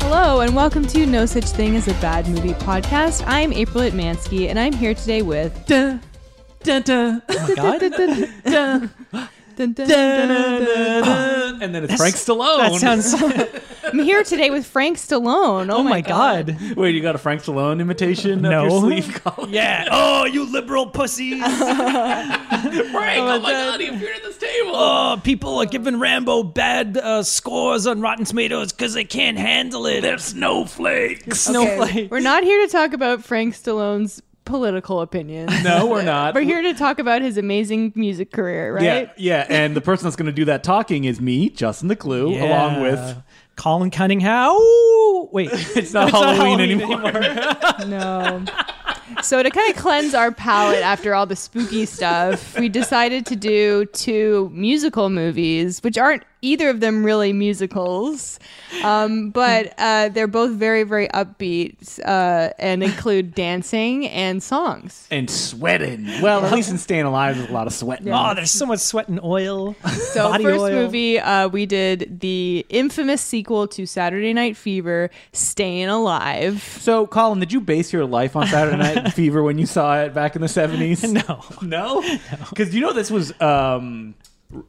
Hello, and welcome to No Such Thing as a Bad Movie podcast. I'm April Atmansky, and I'm here today with. Dun, dun, dun, Oh my God. dun, Dun, dun, dun, dun, dun, dun, dun. dun, dun. and then it's Frank Stallone. That sounds. Oh, I'm here today with Frank Stallone. Oh, my God. Wait, you got a Frank Stallone imitation No. up your sleeve? Colin? Yeah. Oh, you liberal pussies. Frank, oh my god, he appeared at this table. oh, people are giving Rambo bad uh, scores on Rotten Tomatoes because they can't handle it. They're snowflakes. Okay, Snowflakes. We're not here to talk about Frank Stallone's political opinions. No, we're not. We're here to talk about his amazing music career, right? yeah, yeah, and the person that's going to do that talking is me, Justin the Clue, Yeah. along with Colin Cunningham. Ooh, Wait, it's not Halloween anymore. No. So to kind of cleanse our palate after all the spooky stuff, we decided to do two musical movies, which aren't either of them really musicals, um, but uh, they're both very, very upbeat uh, and include dancing and songs. and sweating. Well, at least in Staying Alive, there's a lot of sweating. Oh, there's so much sweat and oil. So Body first oil. movie, uh, we did the infamous sequel to Saturday Night Fever, "Staying Alive." So, Colin, did you base your life on Saturday Night Fever when you saw it back in the 70s? No. No? Because you know this was um,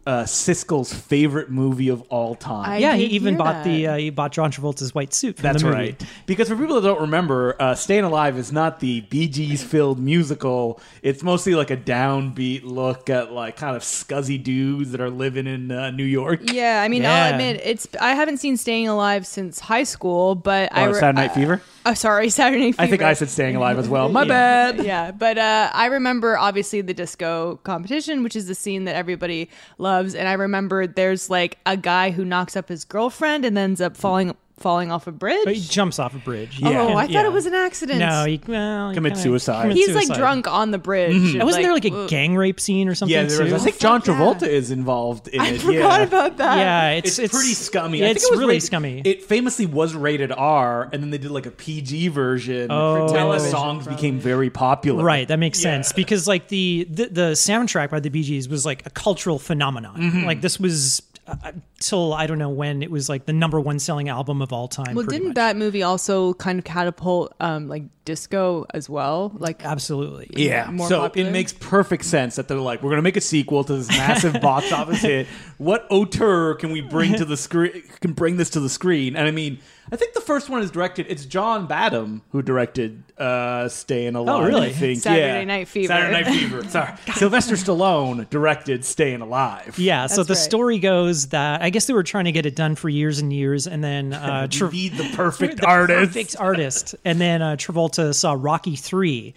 uh, Siskel's favorite movie of all time. I Yeah, he did even hear bought the that. uh, he bought John Travolta's white suit. From That's the movie. right. Because for people that don't remember, uh, Staying Alive is not the Bee Gees filled musical. It's mostly like a downbeat look at like kind of scuzzy dudes that are living in uh, New York. Yeah, I mean, I'll Yeah. admit it's. I haven't seen Staying Alive since high school, but I. Oh, Or Saturday Night I- Fever? Oh, sorry, Saturday Night Fever. I think I said Staying Alive as well. My bad. Yeah, but uh, I remember obviously the disco competition, which is the scene that everybody loves, and I remember there's like a guy who knocks up his girlfriend and ends up falling falling off a bridge. But he jumps off a bridge. Oh, Yeah. Oh, I thought Yeah. it was an accident. No, he well, he Commit kinda- suicide. commit he's like suicide. drunk on the bridge. and, And wasn't there like a ugh. gang rape scene or something? Yeah, there was, too? I think John Travolta is involved in I it. forgot yeah. about that. yeah, it's, it's, pretty scummy. Yeah, I think it's it was really rated- scummy. It famously was rated R, and then they did like a PG version Oh. For when the television, songs became very popular. right, that makes Yeah. sense because like the, the the soundtrack by the Bee Gees was like a cultural phenomenon. Mm-hmm. Like this was uh, till I don't know when it was like the number one selling album of all time. Well, pretty didn't much. that movie also kind of catapult um, like disco as well? Like Uh, absolutely? Yeah. more so popular? it makes perfect sense that they're like, we're going to make a sequel to this massive box office hit. What auteur can we bring to the screen? Can bring this to the screen? And I mean, I think the first one is directed. It's John Badham who directed uh, Staying Alive. really? I think. Saturday Yeah. Night Fever. Saturday Night Fever. Sorry, Sylvester Stallone directed Staying Alive. Yeah, so That's the right. story goes that I guess they were trying to get it done for years and years, and then uh, We Tra- need the perfect the artist. perfect artist, and then uh, Travolta saw Rocky three,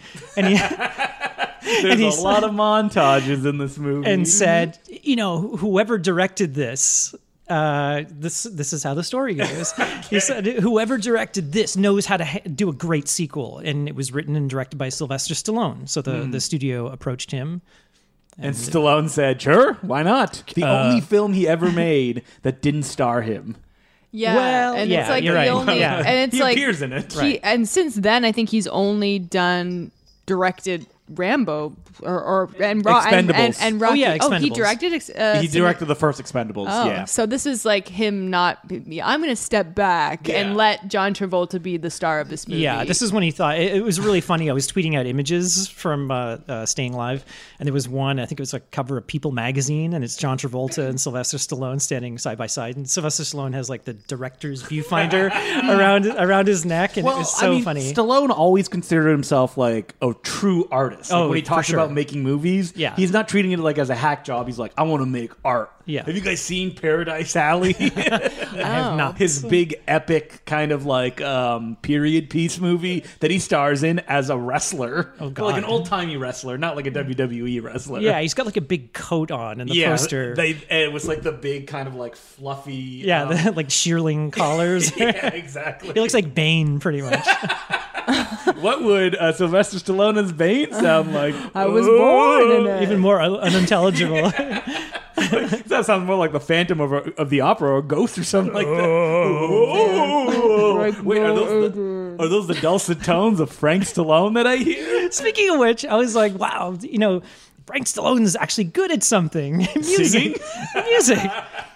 and he, There's And he a said- lot of montages in this movie. and said, you know, wh- whoever directed this, uh, this this is how the story goes. He said, whoever directed this knows how to ha- do a great sequel, and it was written and directed by Sylvester Stallone. So the Mm. the studio approached him. and Stallone said, "Sure, why not?" Uh, The only film he ever made that didn't star him. Yeah, Well, and it's yeah, like you're the right. only, Yeah. and it's he like appears in it. he, and since then I think he's only done directed Rambo or, or and, Ro- and, and Expendables. and Rocky. Oh, yeah, he Expendables. directed. ex- Uh, He Simi- directed the first Expendables. Oh, yeah. so this is like him not. be- I'm gonna step back Yeah. and let John Travolta be the star of this movie. Yeah, this is when he thought it, it was really funny. I was tweeting out images from uh, uh, Staying Live, and there was one. I think it was a cover of People magazine, and it's John Travolta and Sylvester Stallone standing side by side, and Sylvester Stallone has like the director's viewfinder around around his neck, and it was so I mean, funny. Stallone always considered himself like a true artist. Like, Oh, when he for talks sure. about making movies, Yeah. he's not treating it like as a hack job. He's like, I want to make art. Yeah. Have you guys seen Paradise Alley? I Oh. have not. His big epic kind of like um, period piece movie that he stars in as a wrestler, oh, God. like an old timey wrestler, not like a WWE wrestler. Yeah, he's got like a big coat on in the yeah. poster. They it was like the big kind of like fluffy. yeah, um, the, like shearling collars. yeah, exactly. He looks like Bane, pretty much. What would uh, Sylvester Stallone's Bane sound like? I was born in it. Oh, Even more un- unintelligible. That sounds more like the Phantom of, of the Opera or Ghost or something like that. Oh. Like, Wait, are those, the, no, are those the dulcet tones of Frank Stallone that I hear? Speaking of which, I was like, wow, you know, Frank Stallone is actually good at something. music. Singing? music.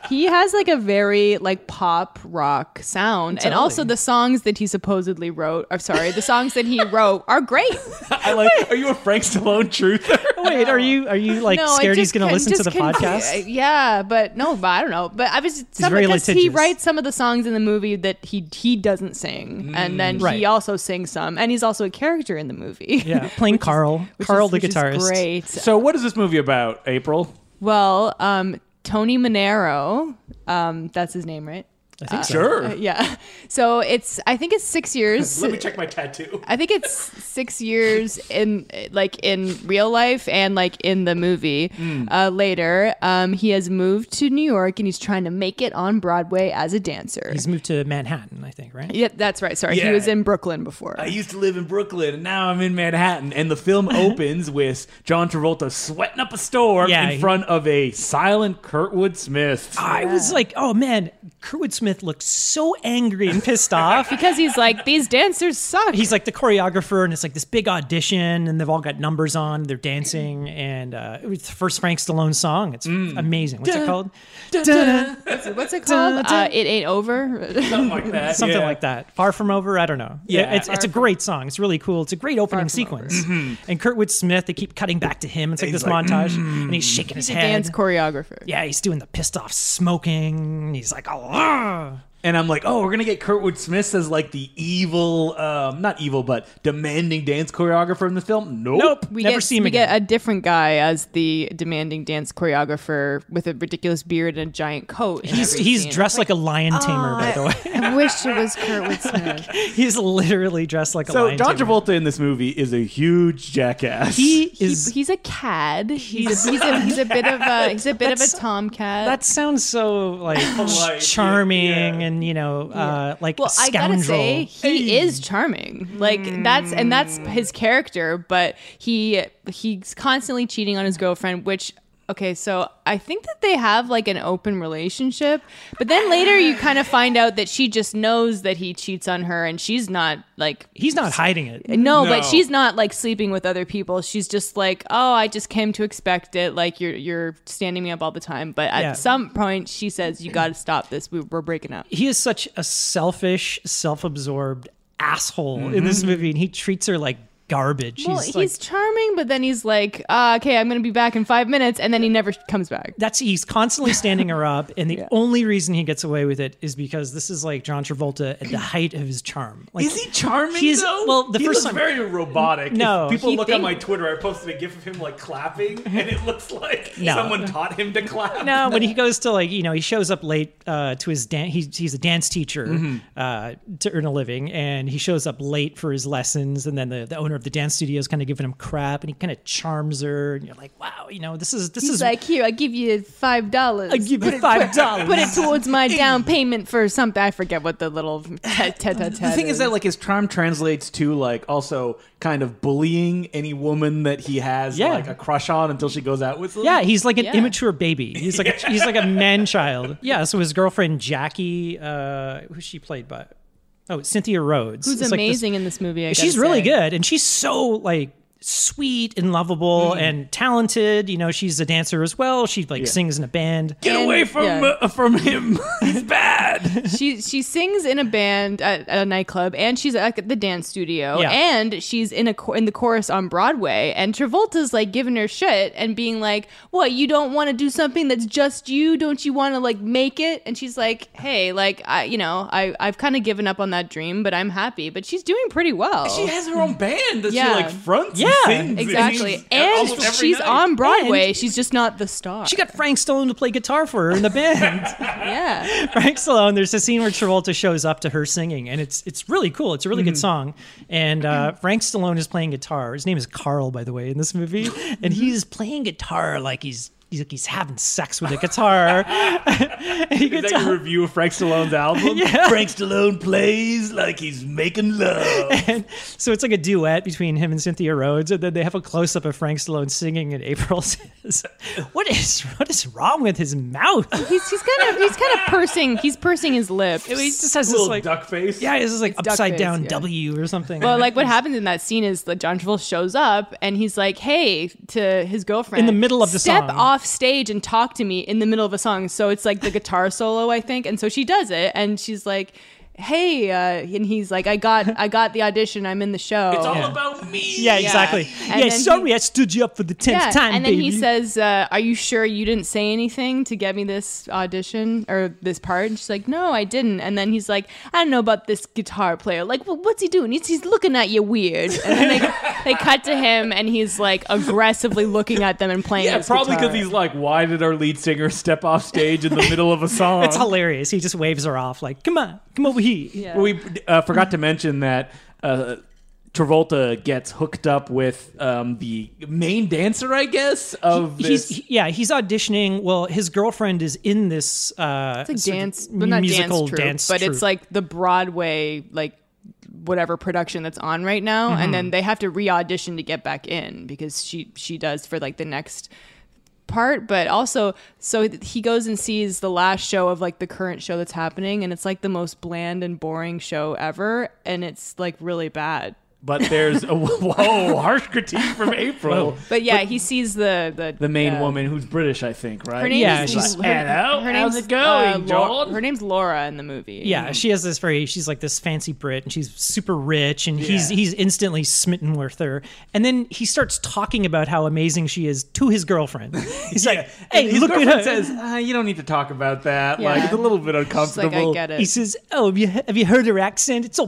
He has like a very like pop rock sound, and also the songs that he supposedly wrote. I'm sorry, the songs that he wrote are great. I like. Are you a Frank Stallone truther? Wait, are you are you like I scared he's just going to con- listen to just the con- podcast? Yeah, but no, but I don't know. But I was some, very because he litigious. writes some of the songs in the movie that he he doesn't sing, and then Mm. Right. he also sings some, and he's also a character in the movie. Yeah, playing Carl, Which Carl is- the which is guitarist. great. So, what is this movie about, April? Well, um, Tony Monero, um, that's his name, right? I think so. Sure. Uh, yeah. So it's I think it's six years. Let me check my tattoo. I think it's six years in like in real life and like in the movie. Hmm. Uh, later, um, he has moved to New York and he's trying to make it on Broadway as a dancer. He's moved to Manhattan, I think, right? yeah, that's right. Sorry, Yeah. he was in Brooklyn before. Uh, I used to live in Brooklyn, and now I'm in Manhattan. And the film opens with John Travolta sweating up a storm Yeah, in he- front of a silent Kurtwood Smith. I was like, oh man, Kurtwood Smith looked so angry and pissed off. because he's like these dancers suck. He's like the choreographer, and it's like this big audition, and they've all got numbers on, they're dancing, and uh, it was the first Frank Stallone song. It's Mm. amazing. What's it called? Dun-dun. What's it called? Uh, it ain't over. Something like that. Something yeah. like that. Far from over. I don't know. Yeah. it's, it's a great song. It's really cool. It's a great opening From sequence. And Kurtwood Smith, they keep cutting back to him. It's like Mm-hmm. He's this like, mm. montage, and he's shaking his He's a head. dance choreographer. yeah, he's doing the pissed off smoking. He's like, oh, ah. And I'm like, oh, we're gonna get Kurtwood Smith as like the evil, um, not evil, but demanding dance choreographer in the film. Nope. nope. We never get, see him we again. get a different guy as the demanding dance choreographer with a ridiculous beard and a giant coat. in He's, every he's scene. "Ah." dressed like a lion tamer, by the way. I wish it was Kurtwood Smith. he's literally dressed like a So lion John tamer. Travolta in this movie is a huge jackass. He He- is. he's a cad. He's a, he's a, he's a bit of a he's a bit of a That's- tomcat. that sounds so like Polite, ch- charming yeah. and you know uh, like well, a I gotta scoundrel. Mm. say, he is charming. Like that's and that's his character, but he he's constantly cheating on his girlfriend, which okay, so I think that they have like an open relationship, but then later you kind of find out that she just knows that he cheats on her and she's not like he's not hiding it. No, No. but she's not like sleeping with other people. She's just like, oh, I just came to expect it. Like you're you're standing me up all the time. But at Yeah. some point, she says, "You got to stop this. We, we're breaking up." he is such a selfish, self-absorbed asshole in this Mm-hmm. movie, and he treats her like garbage. well, he's, he's like, charming, but then he's like, uh, "Okay, I'm gonna be back in five minutes," and then he never comes back. that's he's constantly standing her up, and the Yeah. only reason he gets away with it is because this is like John Travolta at the height of his charm. Like, Is he charming He's- though? well, the he first looks time- very robotic. If No, people he look think- on my Twitter. I posted a gif of him like clapping, and it looks like No. someone taught him to clap. No, when he goes to like you know he shows up late uh, to his dance. He's, he's a dance teacher Mm-hmm. uh, to earn a living, and he shows up late for his lessons. And then the, the owner of the dance studio is kind of giving him crap, and he kind of charms her. And you're like, wow, you know this is this He's is like, "Here, I give you five dollars. I give you five dollars. Put it towards my down payment for something. I forget what the little tet tet tet. The thing is that like his charm translates to like also kind of bullying any woman that he has Yeah. like a crush on until she goes out with him. Yeah, he's like an Yeah. immature baby. He's like a, he's like a man child. Yeah. So his girlfriend Jackie, uh, who she played by, oh Cynthia Rhodes, who's It's like this- amazing in this movie. I she's gotta really say. good, and she's so like sweet and lovable and talented. You know, she's a dancer as well. She like sings in a band. Get away And- from yeah. uh, from him. he's bad. she she sings in a band at, at a nightclub, and she's at the dance studio, Yeah. and she's in a cho- in the chorus on Broadway. And Travolta's like giving her shit and being like, "What you don't want to do something that's just you? Don't you want to like make it?" And she's like, "Hey, like I you know I I've kind of given up on that dream, but I'm happy." But she's doing pretty well. She has her own band that Yeah. she like fronts. Yeah, and sings exactly, in and almost every she's night. on Broadway. she's just not the star. She got Frank Stallone to play guitar for her in the band. yeah. Frank Stallone. There's a scene where Travolta shows up to her singing, and it's it's really cool. It's a really good song. And uh, Frank Stallone is playing guitar. His name is Carl, by the way, in this movie, and he's playing guitar like he's. He's, like, he's having sex with a guitar. And you Is can that tell- your review of Frank Stallone's album? Yeah. Frank Stallone plays like he's making love. And so it's like a duet between him and Cynthia Rhodes, and then they have a close up of Frank Stallone singing, and April says, "What is what is wrong with his mouth? He's he's kind of he's kind of pursing he's pursing his lips. He just has this Little like duck face. yeah, this is like duck upside face, down yeah. W or something." Well, like what happens in that scene is that John Travolta shows up and he's like, "Hey," to his girlfriend In the middle of the step song. off off stage and talk to me in the middle of a song. So it's like the guitar solo, I think. And so she does it, and she's like, "Hey," uh, and he's like, "I got, I got the audition. I'm in the show." It's all about me. Yeah, exactly. And yeah, then sorry I stood you up for the tenth yeah, time, and then baby. he says, uh, "Are you sure you didn't say anything to get me this audition or this part?" And she's like, "No, I didn't." And then he's like, "I don't know about this guitar player. Like, well, what's he doing? He's, he's looking at you weird." And then they, they cut to him, and he's like aggressively looking at them and playing. Yeah, his probably guitar. because he's like, why did our lead singer step off stage in the middle of a song? it's hilarious. He just waves her off, like, "Come on, come over here." Yeah. We uh, forgot to mention that uh, Travolta gets hooked up with um, the main dancer, I guess, of He's this. he- yeah, he's auditioning. Well, his girlfriend is in this. Uh, It's like sort of dance, but not musical dance troupe, dance but troupe. it's like the Broadway, like whatever production that's on right now, Mm-hmm. and then they have to re-audition to get back in because she she does for like the next part. But also, so th- he goes and sees the last show of like the current show that's happening, and it's like the most bland and boring show ever, and it's like really bad. but there's a whoa, harsh critique from April. But yeah, he sees the the The main uh, woman who's British, I think, right? Her name Yeah, is she's- Hello. Hello, how's it going, uh, Laura, John? Her name's Laura in the movie. Mm-hmm. Yeah, she has this very she's like this fancy Brit and she's super rich and he's Yeah. he's instantly smitten with her. And then he starts talking about how amazing she is to his girlfriend. He's like, And "Hey, his look at her." girlfriend says, "Ah, "You don't need to talk about that. Yeah. Like it's a little bit She's like, uncomfortable." I get it. he says, "Oh, have you, have you heard her accent? It's so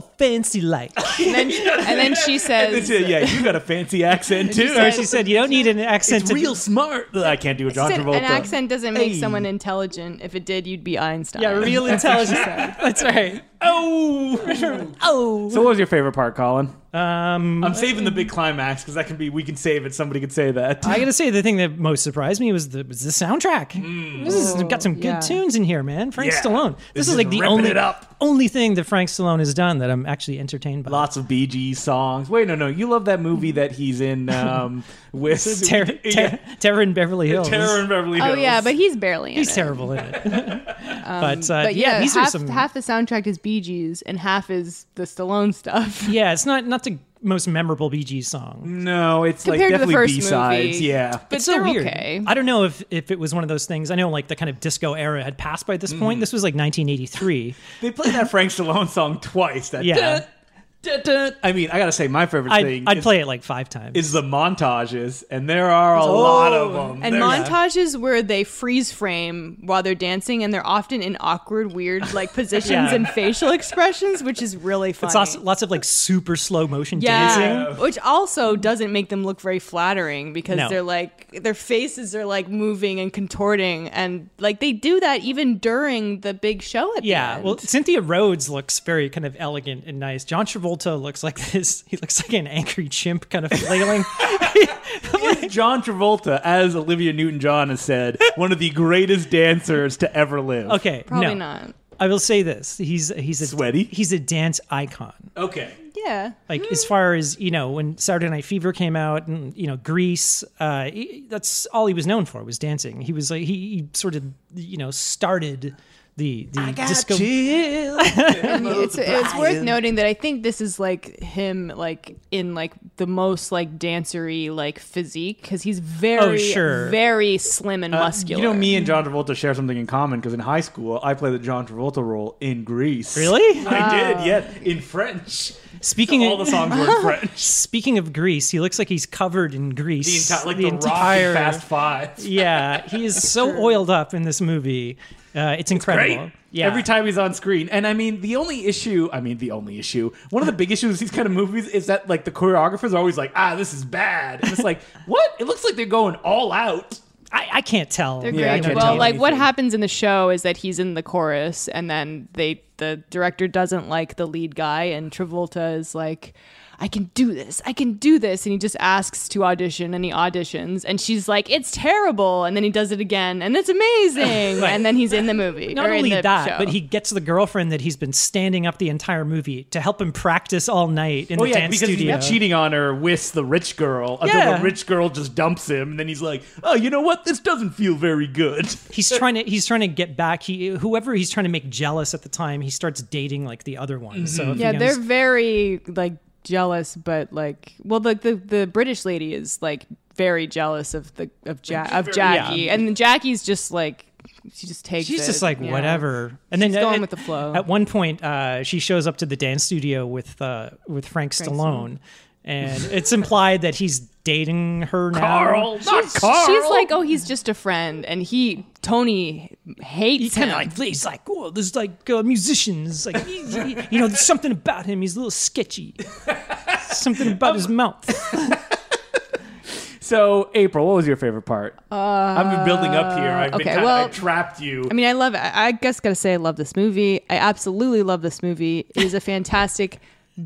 fancy like." and then, and then she And says, then she- "Yeah, you got a fancy accent too." said- she said, "You don't need an accent it's to real smart. I can't do a John An- Travolta. An accent doesn't make Hey. someone intelligent. If it did, you'd be Einstein. Yeah, real intelligence. That's right. Oh. Oh. so, what was your favorite part, Colin? um I'm saving the big climax because that can be. We can save it. Somebody could say that. I gotta say, the thing that most surprised me was the was the soundtrack. This is Oh, got some good yeah. tunes in here, man. Frank Mm. Yeah. Stallone. This, This is is like the ripping only it up. only thing that Frank Stallone has done that I'm actually entertained by. Lots of BG songs. Wait, no, no. You love that movie that he's in um, with Terror, Terror, Terror in Beverly Hills. Terror in Beverly Oh Hills. yeah, but he's barely in He's it. terrible in it. but, uh, Um, But yeah, yeah, these half, are some. half the soundtrack is Bee Gees and half is the Stallone stuff. yeah, it's not not the most memorable Bee Gees song. no, it's like Compared to the definitely first B-sides. movie. Yeah. But it's so they're weird. okay. I don't know if, if it was one of those things. I know like the kind of disco era had passed by this Mm-hmm. point. This was like 1983. They played that Frank Stallone song twice. That Yeah. duh, duh, duh. I mean, I gotta say, my favorite I'd, thing I'd is, play it like five times. is the montages, and there are a Oh, lot of them. And There's- montages where they freeze frame while they're dancing, and they're often in awkward, weird like positions Yeah. and facial expressions, which is really funny. it's lots, lots of like super slow motion dancing. Yeah, which also doesn't make them look very flattering because No. they're like their faces are like moving and contorting, and like they do that even during the big show at the Yeah, end. well, Cynthia Rhodes looks very kind of elegant and nice. John Travolta looks like this. He looks like an angry chimp, kind of flailing. John Travolta, as Olivia Newton-John has said, one of the greatest dancers to ever live. Okay, probably no. not. I will say this: he's he's a Sweaty? He's a dance icon. Okay. Yeah, Like as Hmm. far as you know, when Saturday Night Fever came out, and you know Grease, uh, he- that's all he was known for was dancing. He was like he, he sort of you know started the the disco. And it's, it's worth noting that I think this is like him, like in like the most like dancery like physique because he's very, Oh, sure. Uh, very slim and muscular. You know, me and John Travolta share something in common because in high school I played the John Travolta role in Greece. Really? I did. Yeah, in French. Speaking All of, the songs were in French. Speaking of grease, he looks like he's covered in The grease. entire, like the, entire Fast Five. yeah, he is so oiled up in this movie. Uh, it's incredible. Right? Yeah. Every time he's on screen. And I mean, the only issue, I mean, the only issue, one of the big issues with these kind of movies is that, like, the choreographers are always like, ah, this is bad. And it's like, what? It looks like they're going all out. I, I can't tell. They're Yeah, I great. can't well, tell like what anything. happens in the show is that he's in the chorus, and then they the director doesn't like the lead guy, and Travolta is like, "I can do this, I can do this," and he just asks to audition, and he auditions, and she's like, "It's terrible," and then he does it again, and it's amazing, and then he's in the movie. Not or in only the that, show. but he gets the girlfriend that he's been standing up the entire movie to help him practice all night in Oh the yeah, dance because studio. he's cheating on her with the rich girl until Yeah. the rich girl just dumps him, and then he's like, "Oh, you know what? This doesn't feel very good." He's trying to he's trying to get back. He whoever he's trying to make jealous at the time, he starts dating like the other one. Mm-hmm. So if he yeah, knows- they're very like jealous, but like, well, the the, the British lady is like very jealous of the of ja- of Jackie, and Jackie's just like she just takes. She's it, just like yeah. whatever, and then She's going at- with the flow. At one point, uh, she shows up to the dance studio with uh, with Frank, Stallone, and it's implied that he's dating her now. Carl, not Carl. She's like, oh, he's just a friend, and he Tony He hates kind him. of like he's like, oh, there's like uh, musicians, like he- he- you know, there's something about him. He's a little sketchy. something about Um, his mouth. so April, what was your favorite part? Uh, I've been building up here. I've okay, been kinda, well- I trapped you. I mean, I love. I I guess gotta say, I love this movie. I absolutely love this movie. It is a fantastic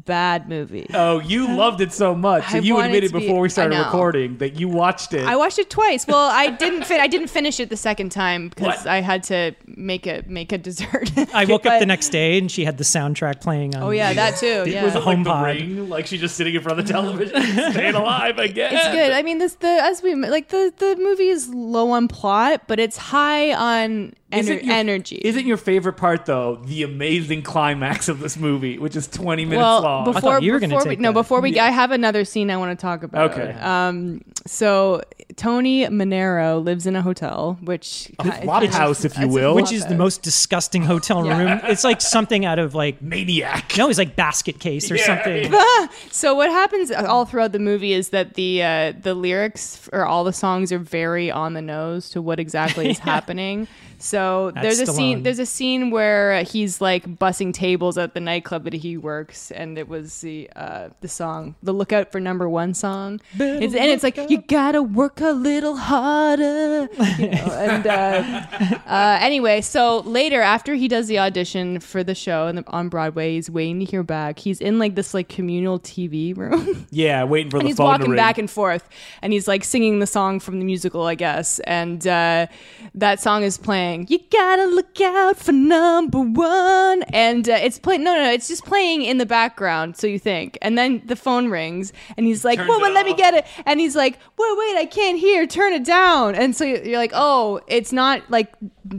bad movie. Oh, you loved it so much. I that you wanted admitted to be- before I we started know. recording that you watched it. I watched it twice. Well, I didn't fin- I didn't finish it the second time because What? I had to make a make a dessert. I woke up But- the next day and she had the soundtrack playing on. Oh yeah, that too. It Yeah. was it like the HomePod. ring, like she's just sitting in front of the television, staying alive again. It's good. I mean, this the as we like the the movie is low on plot, but it's high on ener- Isn't your- energy. Isn't your favorite part though the amazing climax of this movie, which is 20 minutes well, long? before you were gonna before we, take no, that. before we, I have another scene I want to talk about. Okay. Um. So Tony Monero lives in a hotel, which A flop house, if you it's a will. flop which is the house. most disgusting hotel Yeah. room. It's like something out of like Maniac. no, it's like basket case or Yeah. something. So what happens all throughout the movie is that the uh, the lyrics or all the songs are very on the nose to what exactly is happening. So there's a Stallone. scene there's a scene where uh, he's like bussing tables at the nightclub that he works, and it was the uh, the song the Lookout for Number One song. It's, and it's like you gotta work a little harder. You know, and uh, uh, anyway, so later after he does the audition for the show and the, on Broadway, he's waiting to hear back. He's in like this like communal TV room, Yeah, waiting for and the he's phone to walking ring. back and forth, and he's like singing the song from the musical, I guess. And uh, that song is playing. You gotta look out for number one, and uh, it's playing. No, no, no, it's just playing in the background. So you think, and then the phone rings, and he's like, turns "Woman, it let me off. get." get it. And he's like, wait, wait, I can't hear. Turn it down. And so you're like, oh, it's not like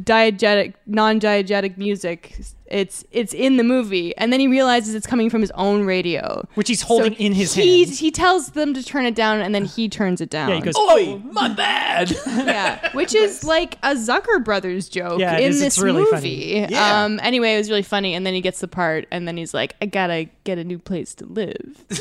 diegetic, non-diegetic music. It's it's in the movie. And then he realizes it's coming from his own radio, Which he's holding in his he, hand. He tells them to turn it down, and then he turns it down. Yeah, he goes. Oh, Oi, Oh, my bad. Yeah, which is like a Zucker Brothers joke Yeah, it in is. this It's really movie. Yeah. Um, anyway, it was really funny, and then he gets the part, and then he's like, "I gotta get a new place to live." Is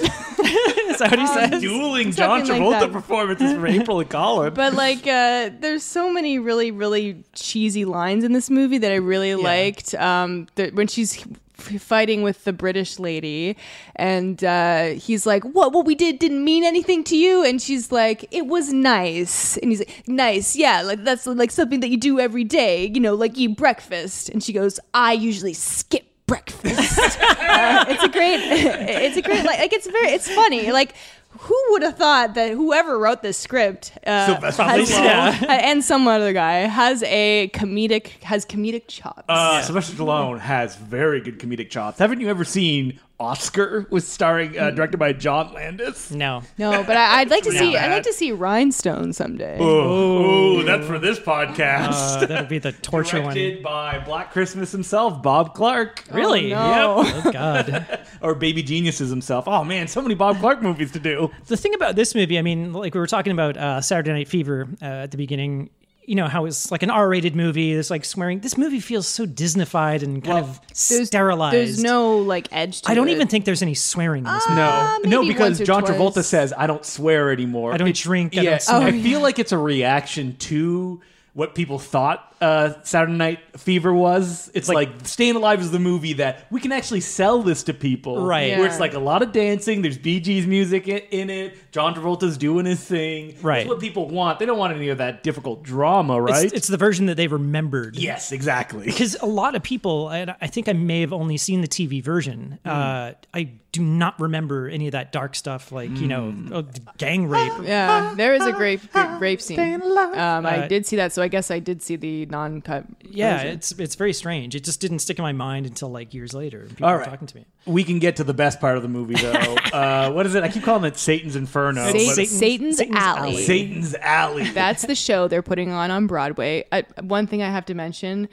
that what he says? Dueling John Something Travolta like that. performances from April and Colin. But like, uh, there's so many really, really cheesy lines in this movie that I really liked. Um, the, when she's f- fighting with the British lady, and uh, he's like, "What? What we did didn't mean anything to you," and she's like, "It was nice," and he's like, "Nice, yeah, like that's like something that you do every day, you know, like eat breakfast," and she goes, "I usually skip." breakfast Uh, it's a great it's a great like, like it's very it's funny like who would have thought that whoever wrote this script uh, Sylvester has- Stallone. uh, and some other guy has a comedic has comedic chops. Uh, Sylvester Stallone has very good comedic chops. Haven't you ever seen Oscar? Was starring uh, directed by John Mm. Landis. No. no, but I, I'd like to Not see bad. I'd like to see Rhinestone someday. Oh, that's for this podcast. Uh, that'll be the torture Directed by Black Christmas himself, Bob Clark, Oh. one. Really? no. Yep. Oh God. or Baby Geniuses himself. Oh man, so many Bob Clark movies to do. the thing about this movie, I mean, like we were talking about uh, Saturday Night Fever uh, at the beginning, you know, how it's like an R rated movie. There's like swearing. This movie feels so Disneyfied and kind of There's- sterilized. There's no like edge to I don't it. even think there's any swearing Ah. in this movie. No, Uh, maybe no, because once or John Travolta twice. says, "I don't swear anymore. I don't drink, I yeah, don't smoke." I feel like it's a reaction to what people thought uh, Saturday Night Fever was. It's like, Like- Staying Alive is the movie that we can actually sell this to people, Right. Where it's Yeah. like a lot of dancing. There's Bee Gees music in, in it. John Travolta's doing his thing. Right. That's what people want. They don't want any of that difficult drama, right? It's, it's the version that they remembered. yes, exactly. Because a lot of people, and I think I may have only seen the TV version. Mm. Uh, I do not remember any of that dark stuff, like you know, Mm. uh, gang rape. Yeah, there is a great good rape scene. Um, I Uh, did see that, so I guess I did see the non-cut. Yeah, version. it's it's very strange. It just didn't stick in my mind until like years later. and People All were right. talking to me. We can get to the best part of the movie, though. uh, what is it? I keep calling it Satan's Inferno. Sa- Oh, but- Satan's, Satan's Alley. Alley. Satan's Alley. That's the show they're putting on on Broadway. I, one thing I have to mention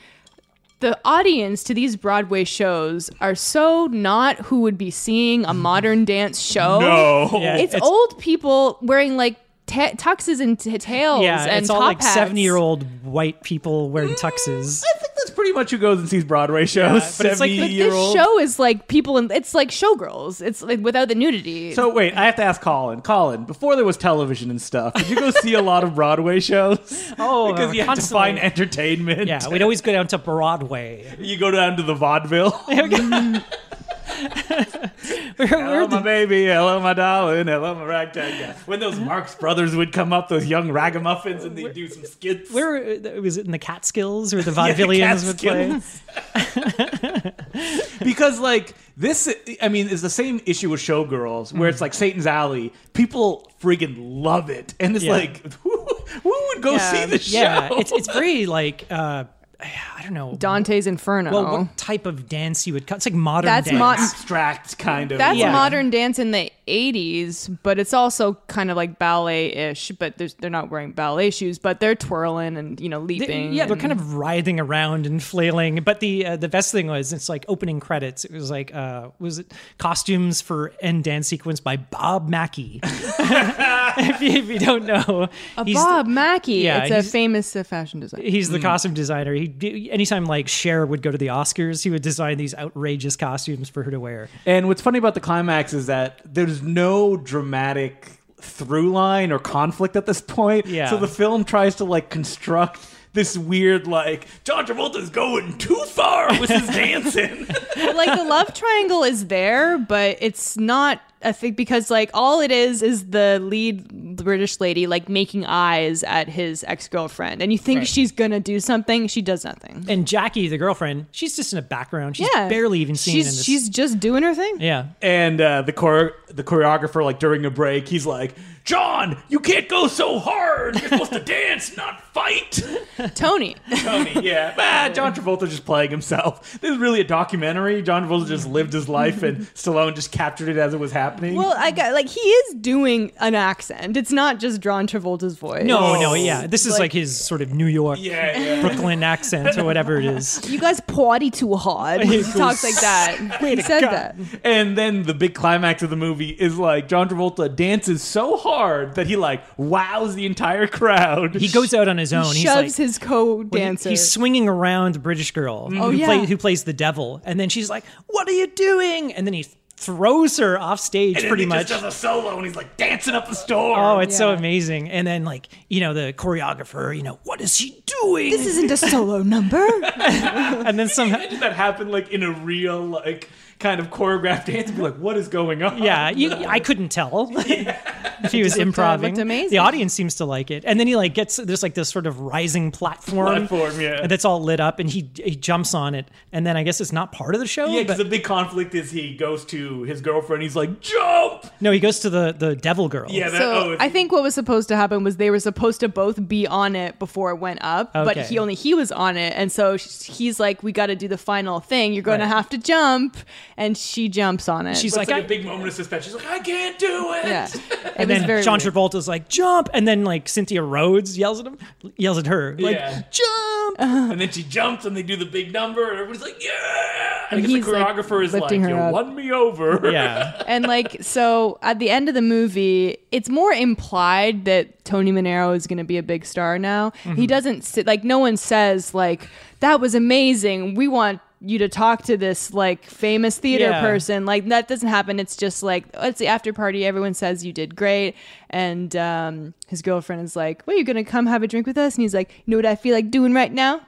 the audience to these Broadway shows are so not who would be seeing a modern dance show. no. Yeah. It's, It's- old people wearing like ta- tuxes and t- tails yeah, and it's all top like hats. seventy-year-old white people wearing tuxes. I think that's pretty much who goes and sees Broadway shows. but it's like- Seventy But year this old. show is like people in it's like showgirls. It's like without the nudity. so wait, I have to ask Colin. Colin, before there was television and stuff, did you go see a lot of Broadway shows? Oh, because you had to constantly. find entertainment. Yeah, we'd always go down to Broadway. you go down to the vaudeville. We're- we're Hello, the- Oh, my baby. Hello, my darling. Hello, my ragtag. Yeah. When those Marx brothers would come up, those young ragamuffins, and they'd do some skits. where it was it in the Catskills where the Yeah, the vaudevillians would play? Catskills. because, like, this, I mean, is the same issue with Showgirls, where Mm. it's like Satan's Alley. People friggin' love it. And it's Yeah. like, who, who would go Yeah. see the show? Yeah, it's it's very like uh, I don't know. Dante's Inferno. well, what type of dance you would cut? It's like modern That's dance. mo- abstract kind of. That's Yeah. modern dance in the 80s, but it's also kind of like ballet-ish, but there's, they're not wearing ballet shoes, but they're twirling and, you know, They- leaping. yeah, they're and- kind of writhing around and flailing. But the uh, the best thing was it's like opening credits. It was like uh, was it costumes for end dance sequence by Bob Mackey. if, you, if you don't know, A he's Bob Mackey. yeah, it's a he's- famous uh, fashion designer. He's the costume designer. He d- anytime like Cher would go to the Oscars, he would design these outrageous costumes for her to wear. And what's funny about the climax is that there's no dramatic through line or conflict at this point. Yeah. So the film tries to like construct this weird like John Travolta's going too far with his dancing. But, like the love triangle is there, but it's not I think because like all it is is the lead British lady like making eyes at his ex-girlfriend and you think Right. she's going to do something, she does nothing. And Jackie, the girlfriend, she's just in the background. She's yeah. barely even seen she's, in this. She's just doing her thing. yeah. and uh, the chore- the choreographer like during a break he's like, "John, you can't go so hard. You're supposed to dance, not fight." Tony. Tony, yeah. Ah, John Travolta just playing himself. This is really a documentary. John Travolta just lived his life and Stallone just captured it as it was happening. Well, I got like he is doing an accent. It's not just John Travolta's voice. No, Oh. no, yeah. This is like, Like- his sort of New York, Yeah, yeah. Brooklyn accent or whatever it is. You guys party too hard. He talks like that. he said God. that. And then the big climax of the movie is like John Travolta dances so hard that he like wows the entire crowd. He goes out on his own. Shoves Oh, he's like, his co when he- dancer. He's swinging around the British girl Oh, who, yeah. play- who plays the devil, and then she's like, "What are you doing?" And then he throws her off stage, And then pretty he much. just does a solo and he's like dancing up the storm. Oh, it's so Yeah. amazing. And then like, you know, the choreographer, you know, what is she doing? This isn't a solo number. and then somehow Imagine that happened like in a real like kind of choreographed dance. Be like, what is going on? Yeah, you, I couldn't tell if he was looked, uh, improvising. looked amazing. The audience seems to like it, and then he like gets there's like this sort of rising platform, Platform, yeah. that's all lit up, and he he jumps on it, and then I guess it's not part of the show. Yeah, because but, the big conflict is he goes to his girlfriend. He's like, jump. no, he goes to the the devil girl. Yeah, that, oh, so it's- I think what was supposed to happen was they were supposed to both be on it before it went up, but Okay. he only he was on it, and so sh- he's like, "We got to do the final thing. You're going Right. to have to jump," and she jumps on it. She's it's like, like, I- a big moment of suspense. She's like, I can't do it. yeah. It and was then very John weird. Travolta's like jump, and then like Cynthia Rhodes yells at him, yells at her like Yeah. jump. Uh-huh. And then she jumps, and they do the big number, and everybody's like, "Yeah!" And I And guess the he's, like, choreographer is like, lifting "You her up." won me over." yeah, and like so at the end of the movie it's more implied that tony monero is going to be a big star now Mm-hmm. he doesn't sit like no one says like that was amazing we want you to talk to this like famous theater Yeah. person like that doesn't happen it's just like oh, it's the after party everyone says you did great and um, his girlfriend is like well you're gonna come have a drink with us and he's like you know what i feel like doing right now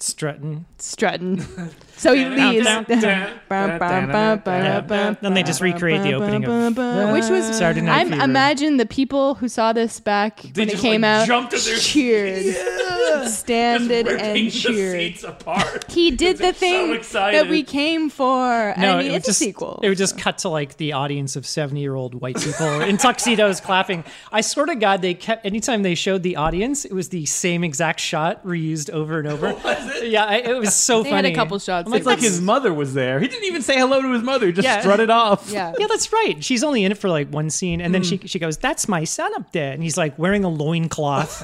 strutting. strutting so he leaves dun, Then they just recreate the opening of which was Saturday Night I'm Fever. imagine the people who saw this back when it just, came like, out jumped at their- cheered, Just standed ripping and the cheered. seats apart. He did the thing excited. that we came for. No, I mean, it would it's just, a sequel. It would just cut to like the audience of seventy-year-old white people in tuxedos clapping. I swear to God, they kept anytime they showed the audience, it was the same exact shot reused over and over. Yeah, I, it was so They had funny. a couple shots. I'm like, It It's like was- his mother was there. He didn't even say hello to his mother. He just Yeah. strutted off. yeah. yeah, that's right. She's Hmm. only in it for like one scene, and then she she goes, "That's my son up there," and he's like wearing a loincloth.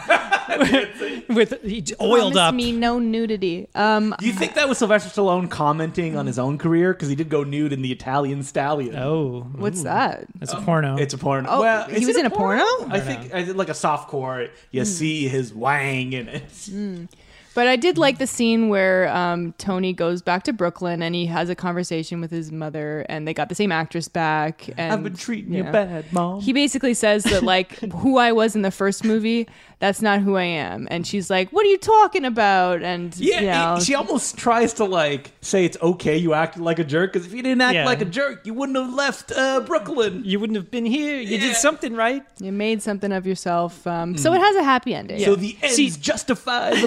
with he j- oiled Promise up. me no nudity. Um, Do you think that was Sylvester Stallone commenting on his own career because he did go nude in the Italian Stallion? Oh, what's that? that's a porno. It's a porno. Oh, well, he is was it in a porno? Hmm. I think I did like a soft core. You see his wang in it. But I did like the scene where um, Tony goes back to Brooklyn and he has a conversation with his mother, and they got the same actress back. And I've been treating you know. bad, mom. He basically says that like who I was in the first movie, that's not who I am. And she's like, "What are you talking about?" And yeah, you know, it- she almost tries to like say it's okay you acted like a jerk because if you didn't act Yeah. like a jerk, you wouldn't have left uh, Brooklyn. you wouldn't have been here. You Yeah. did something right. you made something of yourself. Um, So it has a happy ending. Mm. So the ends justify the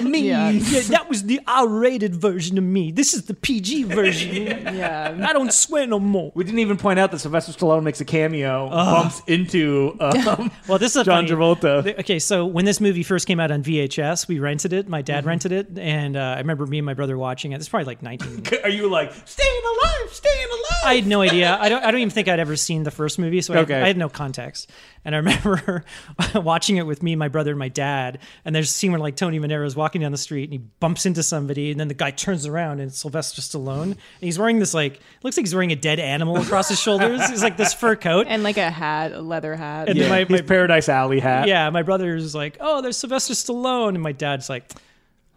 Yeah. means. Yeah, that was the R-rated version of me. This is the PG version. yeah. I don't swear no more. We didn't even point out that Sylvester Stallone makes a cameo, bumps into um, Well, this is a John funny- Travolta. Th- Okay, so when this movie first came out on VHS, we rented it. My dad Mm-hmm. rented it, and uh, I remember me and my brother watching it. It's probably like 19. Are you like staying alive, staying alive? I had no idea. I don't. I don't even think I'd ever seen the first movie, so I, had- Okay. I had no context. And I remember watching it with me, my brother, and my dad. And there's a scene where like Tony Manero is walking down the street and he bumps into somebody, and then the guy turns around and it's Sylvester Stallone, and he's wearing this like looks like he's wearing a dead animal across his shoulders. He's like this fur coat. And like a hat, a leather hat. And Yeah, my- his my- Paradise Alley hat. yeah, my brother's like, "Oh, there's Sylvester Stallone," and my dad's like,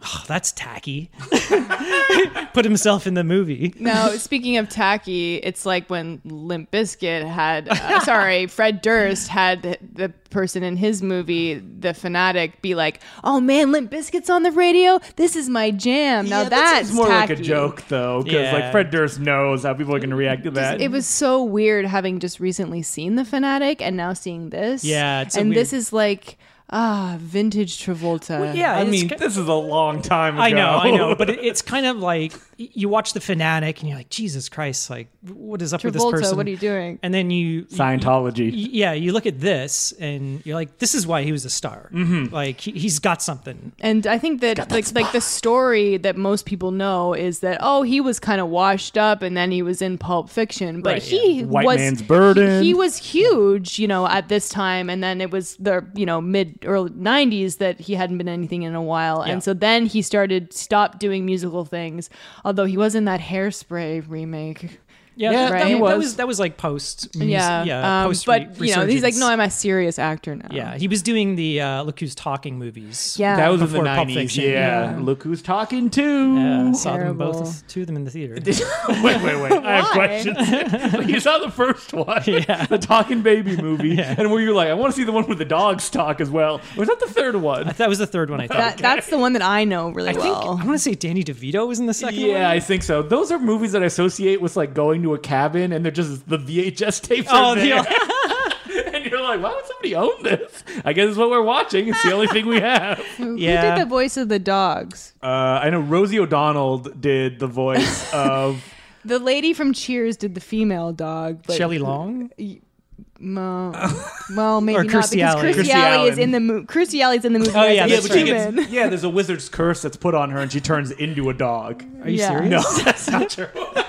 oh, "That's tacky." Put himself in the movie. Now, speaking of tacky, it's like when Limp Bizkit had, uh, sorry, Fred Durst had the, the person in his movie, the fanatic, be like, "Oh man, Limp Bizkit's on the radio. This is my jam." Now Yeah, that that's seems more tacky. like a joke though, because like Yeah. Fred Durst knows how people are going to react to that. It was so weird having just recently seen the fanatic and now seeing this. Yeah, it's a and weird- this is like ah, vintage Travolta. Yeah, I it's mean, ki- this is a long time ago. I know, I know, but it, it's kind of like y- you watch the fanatic and you're like, Jesus Christ, like what is up with this Travolta, person? what are you doing? And then you, y- Scientology. yeah, you look at this and you're like, this is why he was a star. Mm-hmm. Like he, he's got something. And I think that like like the story that most people know is that oh he was kind of washed up and then he was in Pulp Fiction, but Right, he White was man's burden. He, he was huge, you know, at this time, and then it was the you know mid early '90s that he hadn't been anything in a while, Yeah. and so then he started stopped doing musical things. Although he was in that Hairspray remake. Yeah, Yeah, that, he that was. was that was like post. mus- Yeah, yeah, um, post. but you know, he's like, resurgence. no, I'm a serious actor now. Yeah, he was doing the uh, Look Who's Talking movies. yeah. That was in the Before Pulp nineties. Fiction. Yeah. Yeah. look who's talking to. Yeah, I saw them Terrible. both, two of them in the theater. wait, wait, wait! I have Why? questions. you saw the first one, the talking baby movie, and were you like, I want to see the one where the dogs talk as well? Was that the third one? That was the third one I thought. that, that's the one that I know really I think well. I want to say Danny DeVito was in the second one. Yeah, I think so. Those are movies that I associate with like going to a cabin, and they're just the VHS tapes. Oh, are the- there. and you're like, why would somebody own this? I guess it's what we're watching. It's the only thing we have. Who- Who Yeah. did the voice of the dogs? Uh, I know Rosie O'Donnell did the voice of. The lady from Cheers did the female dog, but Shelley Long. Mo- well, maybe Or not Kirstie because Alley. Kirstie Kirstie Alley is Allen. in the movie. Kirstie Alley's in the movie. as yeah, a Oh, yeah, that's but she right. human. gets, yeah, there's a wizard's curse that's put on her, and she turns into a dog. Are you Yeah. serious? No, that's not true.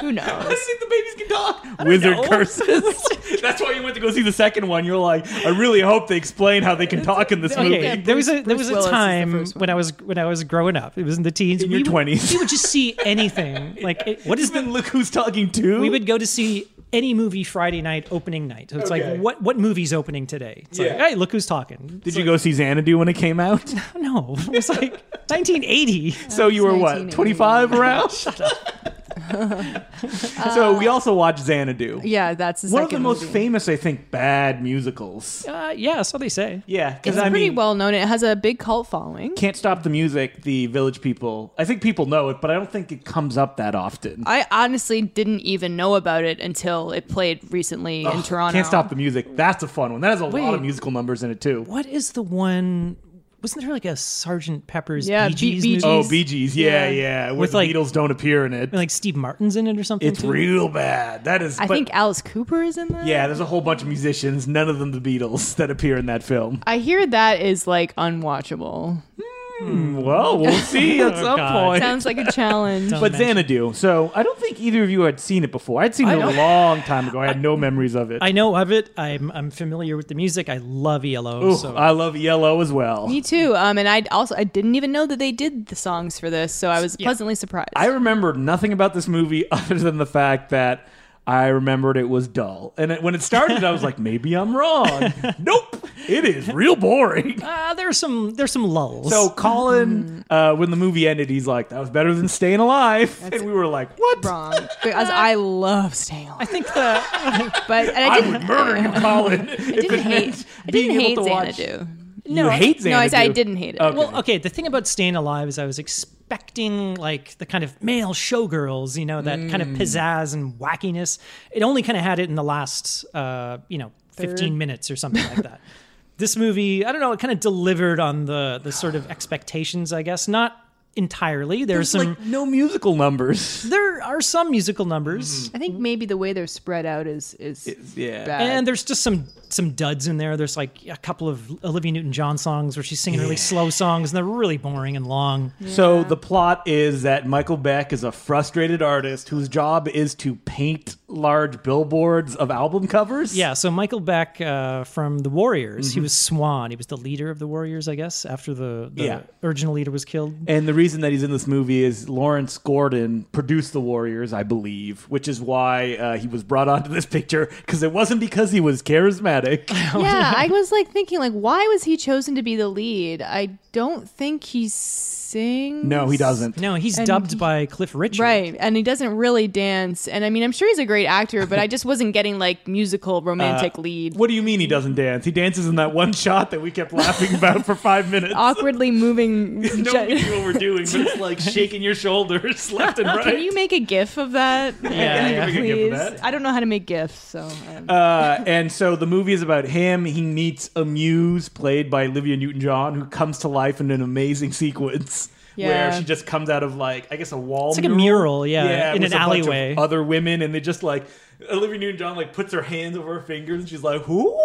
Who I knows? just think the babies can talk. Wizard know. curses. that's why you went to go see the second one. You're like, I really hope they explain how they can talk in this movie. Okay, Bruce- there was a there Bruce was a Willis is the time first one. when I was when I was growing up. It was in the teens. In your we would- 20s. we would just see anything. Like, it, what is the? Even look who's talking to. We would go to see any movie Friday night opening night. So it's Okay. like, what what movie's opening today? It's like, Yeah. hey, look who's talking. Did you go see Xanadu when it came out? No, it was like 1980. so you were what, 1980. 25 around? so we also watched Xanadu. Yeah, that's the One of the second most movie. famous, I think, bad musicals. Uh, yeah, so they say. Yeah, because It's I pretty mean, well known. It has a big cult following. Can't Stop the Music, the Village People. I think people know it, but I don't think it comes up that often. I honestly didn't even know about it until it played recently in Toronto. Can't Stop the Music. That's a fun one. That has a lot of Wait. musical numbers in it, too. What is the one? Wasn't there like a Sergeant Pepper's Yeah, Bee Bee- Gees Bee movie? Gees. Oh, Bee Gees. Yeah, yeah. Yeah. where With, the like- Beatles don't appear in it. And, like Steve Martin's in it or something. Oh. it's too? real bad. That is. I but- think Alice Cooper is in that. Yeah, there's a whole bunch of musicians, none of them the Beatles, that appear in that film. I hear that is like unwatchable. Well, we'll see at some God. point. Oh, Sounds like a challenge. Sounds- but Xanadu. So I don't think either of you had seen it before. I'd seen I it a don't- long time ago. I had no memories of it. I know of it. I'm I'm familiar with the music. I love ELO. Ooh, so I love Yellow as well. Me too. Um, and I also I didn't even know that they did the songs for this, so I was pleasantly surprised. I remember nothing about this movie other than the fact that I remembered it was dull. And it, when it started, I was like, maybe I'm wrong. nope, it is real boring. uh, there's some there's some lulls. So Colin, uh, when the movie ended, he's like, "That was better than staying alive," and we were like, "What?" wrong because I love staying alive. I think the But and I I didn't, would murder you, Colin. I I didn't hate. I didn't hate Xanadu. you hate No, Xanadu. I, said I didn't hate it. Okay. Well, okay. The thing about staying alive is I was expecting like the kind of male showgirls, you know, that kind of pizzazz and wackiness. It only kind of had it in the last, uh, you know, fifteen minutes or something like that. This movie, I don't know, it kind of delivered on the the sort of expectations, I guess. Not entirely. There's, There's some. like no musical numbers. there are some musical numbers. I think maybe the way they're spread out is is yeah. bad. And there's just some some duds in there. There's like a couple of Olivia Newton-John songs where she's singing really slow songs, and they're really boring and long. So the plot is that Michael Beck is a frustrated artist whose job is to paint large billboards of album covers. Yeah, so Michael Beck uh, from the Warriors, Mm-hmm. he was Swan. He was the leader of the Warriors, I guess, after the, the Yeah. original leader was killed. And the reason that he's in this movie is Lawrence Gordon produced The Warriors, I believe, which is why uh, he was brought onto this picture because it wasn't because he was charismatic. yeah, I was like thinking, like, why was he chosen to be the lead? I don't think he sings. No, he doesn't. No, he's And dubbed he- by Cliff Richard. Right, and he doesn't really dance. And I mean, I'm sure he's a great actor, but I just wasn't getting like musical romantic lead. Uh, What do you mean he doesn't dance? He dances in that one shot that we kept laughing about for five minutes. Awkwardly moving. No one knew what we're doing, but it's like shaking your shoulders left and right. Can you make a gif of that? Yeah, yeah. we can give him please. that. I don't know how to make gifs, so um, Uh, and so the movie is about him. He meets a muse played by Olivia Newton-John, who comes to life in an amazing sequence where Yeah. she just comes out of like I guess a wall. It's like a mural, yeah, in with an a bunch of alleyway. other women, and they just like Olivia Newton-John like puts her hands over her fingers, and she's like, "Ooh!"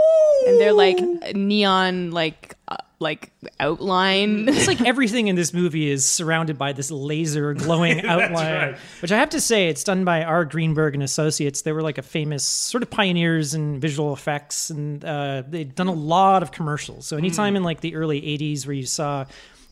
and they're like neon, like uh, like Mm, outline. It's like everything in this movie is surrounded by this laser glowing outline, right. which I have to say, it's done by R. Greenberg and Associates. They were like a famous sort of pioneers in visual effects, and uh, they'd done a lot of commercials. So anytime in like the early '80s where you saw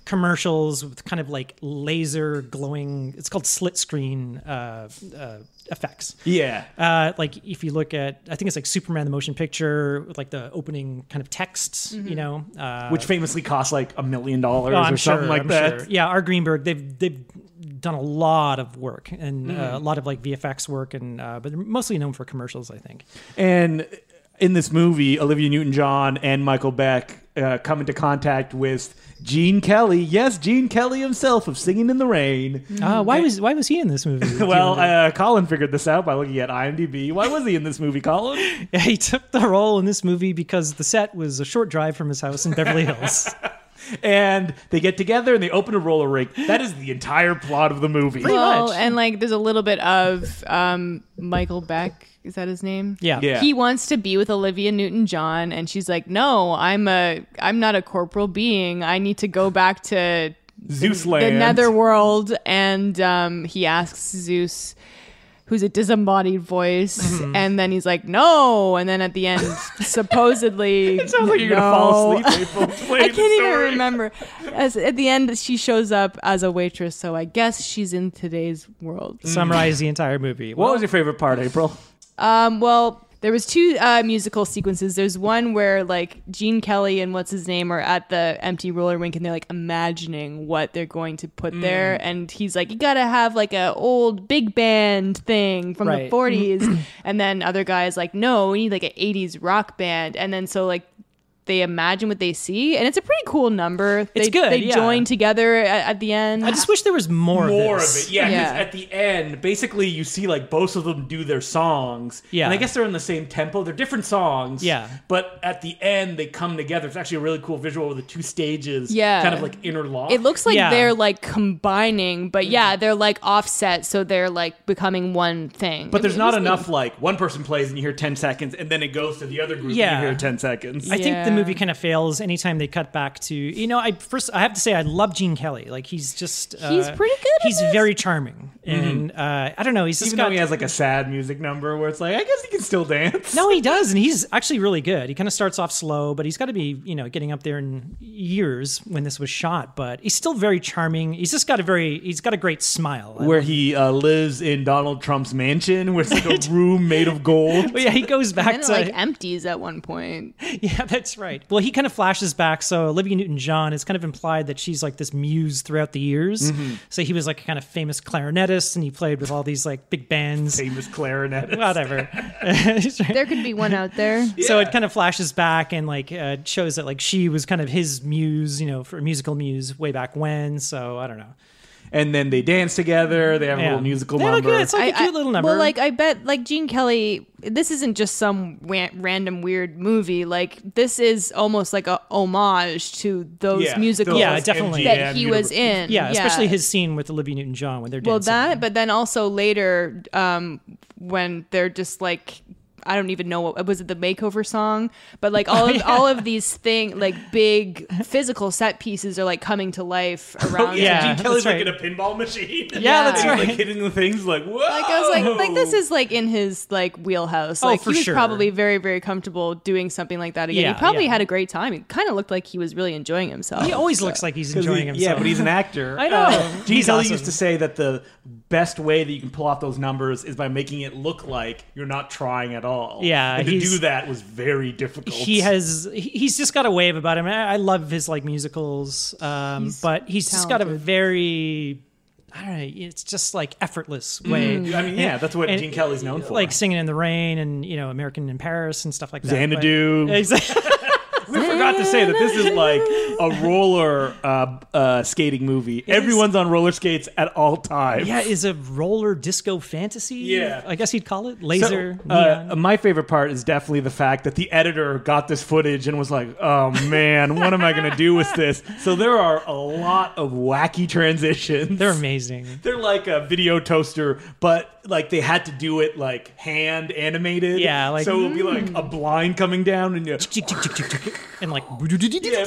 commercials with kind of like laser glowing, it's called slit screen uh, uh, effects. yeah. Uh, like if you look at, I think it's like Superman the motion picture with like the opening kind of text, you know, uh, Which famously costs like a million dollars Oh, or something like I'm that. sure. Yeah, our Greenberg, they've they've done a lot of work and Mm. uh, a lot of like VFX work, and uh, but they're mostly known for commercials, I think. And in this movie, Olivia Newton John and Michael Beck uh, come into contact with Gene Kelly. Yes, Gene Kelly himself of Singing in the Rain. Mm-hmm. Uh, why was why was he in this movie? Do you Well, remember? uh, Colin figured this out by looking at IMDb. Why was he in this movie, Colin? he took the role in this movie because the set was a short drive from his house in Beverly Hills. And they get together and they open a roller rink. That is the entire plot of the movie. well, much. and like there's a little bit of um, Michael Beck. Is that his name? Yeah. Yeah. He wants to be with Olivia Newton-John, and she's like, "No, I'm a, I'm not a corporal being. I need to go back to Zeus the Land. netherworld." And um, he asks Zeus, who's a disembodied voice, Mm-hmm. and then he's like, "No," and then at the end, supposedly, It sounds like you're gonna fall asleep. April, playing I the can't even story. remember. As, at the end, she shows up as a waitress, so I guess she's in today's world. Summarize the entire movie. What Well, was your favorite part, April? Um, well, there was two uh, musical sequences. There's one where like Gene Kelly and what's his name are at the empty roller rink and they're like imagining what they're going to Mm. put there, and he's like, "You gotta have like a old big band thing from Right. the '40s," and then other guys like, "No, we need like an '80s rock band," and then so like. They imagine what they see, and it's a pretty cool number. They, good, They yeah. join together at, at the end. I just wish there was more, more of, of this. it. Yeah, 'cause Yeah. at the end, basically, you see like both of them do their songs. Yeah. and I guess they're in the same tempo. They're different songs. Yeah. but at the end, they come together. It's actually a really cool visual with the two stages. Yeah. kind of like interlock. It looks like Yeah. they're like combining, but yeah, they're like offset, so they're like becoming one thing. But there's not enough like one person plays and you hear ten seconds, and then it goes to the other group Yeah. and you hear ten seconds. I think the movie kind of fails anytime they cut back to you know I first I have to say I love Gene Kelly like he's just uh, He's pretty good at He's this. very charming and uh, I don't know he's just Mm-hmm. Even got though he has like a sad music number where it's like, I guess he can still dance. no he does and he's actually really good he kind of starts off slow but he's got to be you know getting up there in years when this was shot but he's still very charming he's just got a very he's got a great smile I Where he uh, lives in Donald Trump's mansion, where it's like a room made of gold. But Oh, yeah, he goes back And it, to like empties at one point. yeah, that's right. Well, he kind of flashes back. So Olivia Newton-John, it's kind of implied that she's like this muse throughout the years. So he was like a kind of famous clarinetist, and he played with all these like big bands. Famous clarinet. Whatever. There could be one out there. So it kind of flashes back and like uh, shows that like she was kind of his muse, you know, for musical muse way back when. So I don't know. And then they dance together. They have a Yeah. little musical They look number. good. It's like a cute little number. Well, like I bet, like Gene Kelly, this isn't just some wa- random weird movie. Like this is almost like a homage to those musicals Yeah, definitely. that MGM he was universe. in. yeah, especially his scene with Olivia Newton-John when they're Well, dancing. that, but then also later, um, when they're just like, I don't even know what was it the makeover song, but Oh, like all of all of these thing like big physical set pieces are like coming to life around. Oh, yeah. him. Oh, Gene Kelly's that's like right. in a pinball machine. yeah, that's Yeah. He's right. like hitting the things like whoa. Like I was like, like this is like in his like wheelhouse. Oh, Like for he was sure. probably very, very comfortable doing something like that again. Yeah, he probably yeah. had a great time. It kind of looked like he was really enjoying himself. He always looks like he's 'Cause he- enjoying himself. Yeah, but he's an actor. Uh, I know. Gene He's Kelly awesome. used to say that the best way that you can pull off those numbers is by making it look like you're not trying at all. Yeah, and to he's- do that was very difficult. he has he- he's just got a wave about him. I, I love his like musicals, um, but he's just got a talented. very I don't know. It's just like effortless way. I mean, yeah, that's what And- Gene Kelly's known for. Like singing in the rain and you know American in Paris and stuff like that. but- Xanadu. Exactly. we forgot to say that this is like a roller uh, uh, skating movie. Everyone's on roller skates at all times. yeah, is a roller disco fantasy. Yeah. I guess he'd call it So, laser neon. uh, my favorite part is definitely the fact that the editor got this footage and was like, "Oh man, what am I gonna do with this?" So there are a lot of wacky transitions. They're amazing. They're like a video toaster, but like they had to do it like hand animated. Yeah, like- mm. so it'll be like a blind coming down and you. Tick, tick, tick, tick, tick, tick, and like Yeah,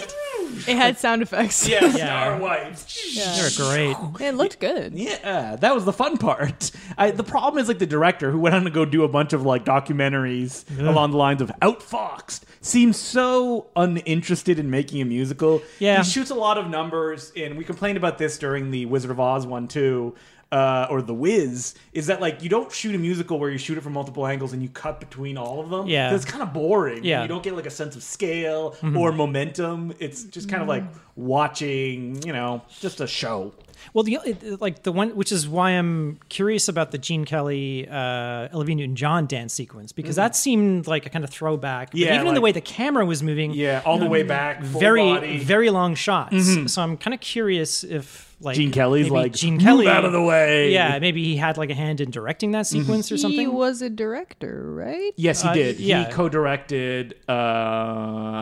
It had sound effects. yeah, Yeah. Star Wipes. they're great. it looked good. Yeah, that was the fun part. I, the problem is like the director who went on to go do a bunch of like documentaries along the lines of Outfoxed seems so uninterested in making a musical. Yeah. he shoots a lot of numbers, and we complained about this during the Wizard of Oz one too. Uh, or the Wiz is that like you don't shoot a musical where you shoot it from multiple angles and you cut between all of them. Yeah. it's kind of boring. Yeah. Mm-hmm. you don't get like a sense of scale or momentum. It's just kind of like Mm. watching, you know, just a show. Well, the it- like the one, which is why I'm curious about the Gene Kelly, uh, Olivia Newton-John dance sequence because that seemed like a kind of throwback. But Mm-hmm. Yeah, even in the like- way the camera was moving. Yeah, all the way back, full Mm-hmm. Very, body. very long shots. Mm-hmm. So I'm kind of curious if like Gene Kelly's maybe like Gene "Move Kelly out of the way. Yeah, maybe he had like a hand in directing that sequence or Mm-hmm. He something. was a director, right? Yes, he Uh, did. yeah. He co-directed uh,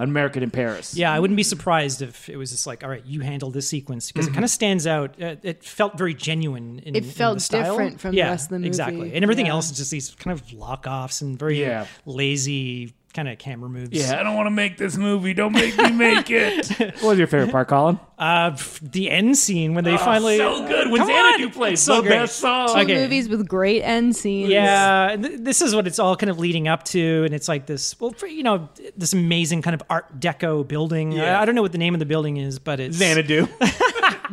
American in Paris. Yeah, I wouldn't be surprised if it was just like, all right, you handle this sequence because it kind of stands out. Uh, it felt very genuine. In, Mm-hmm. It in felt the style. different from the yeah, rest of the movie. Exactly, and everything Yeah. else is just these kind of lock offs and very Yeah. lazy kind of camera moves. I don't want to make this movie. Don't make me make it. what was your favorite part, Colin? Uh, pff, the end scene when they finally Oh, so good when Come Xanadu on! plays It's so the great. best song. Two Okay. movies with great end scenes. Yeah, th- this is what it's all kind of leading up to, and it's like this, well, for, you know, this amazing kind of Art Deco building. Yeah. I, I don't know what the name of the building is, but it's Xanadu.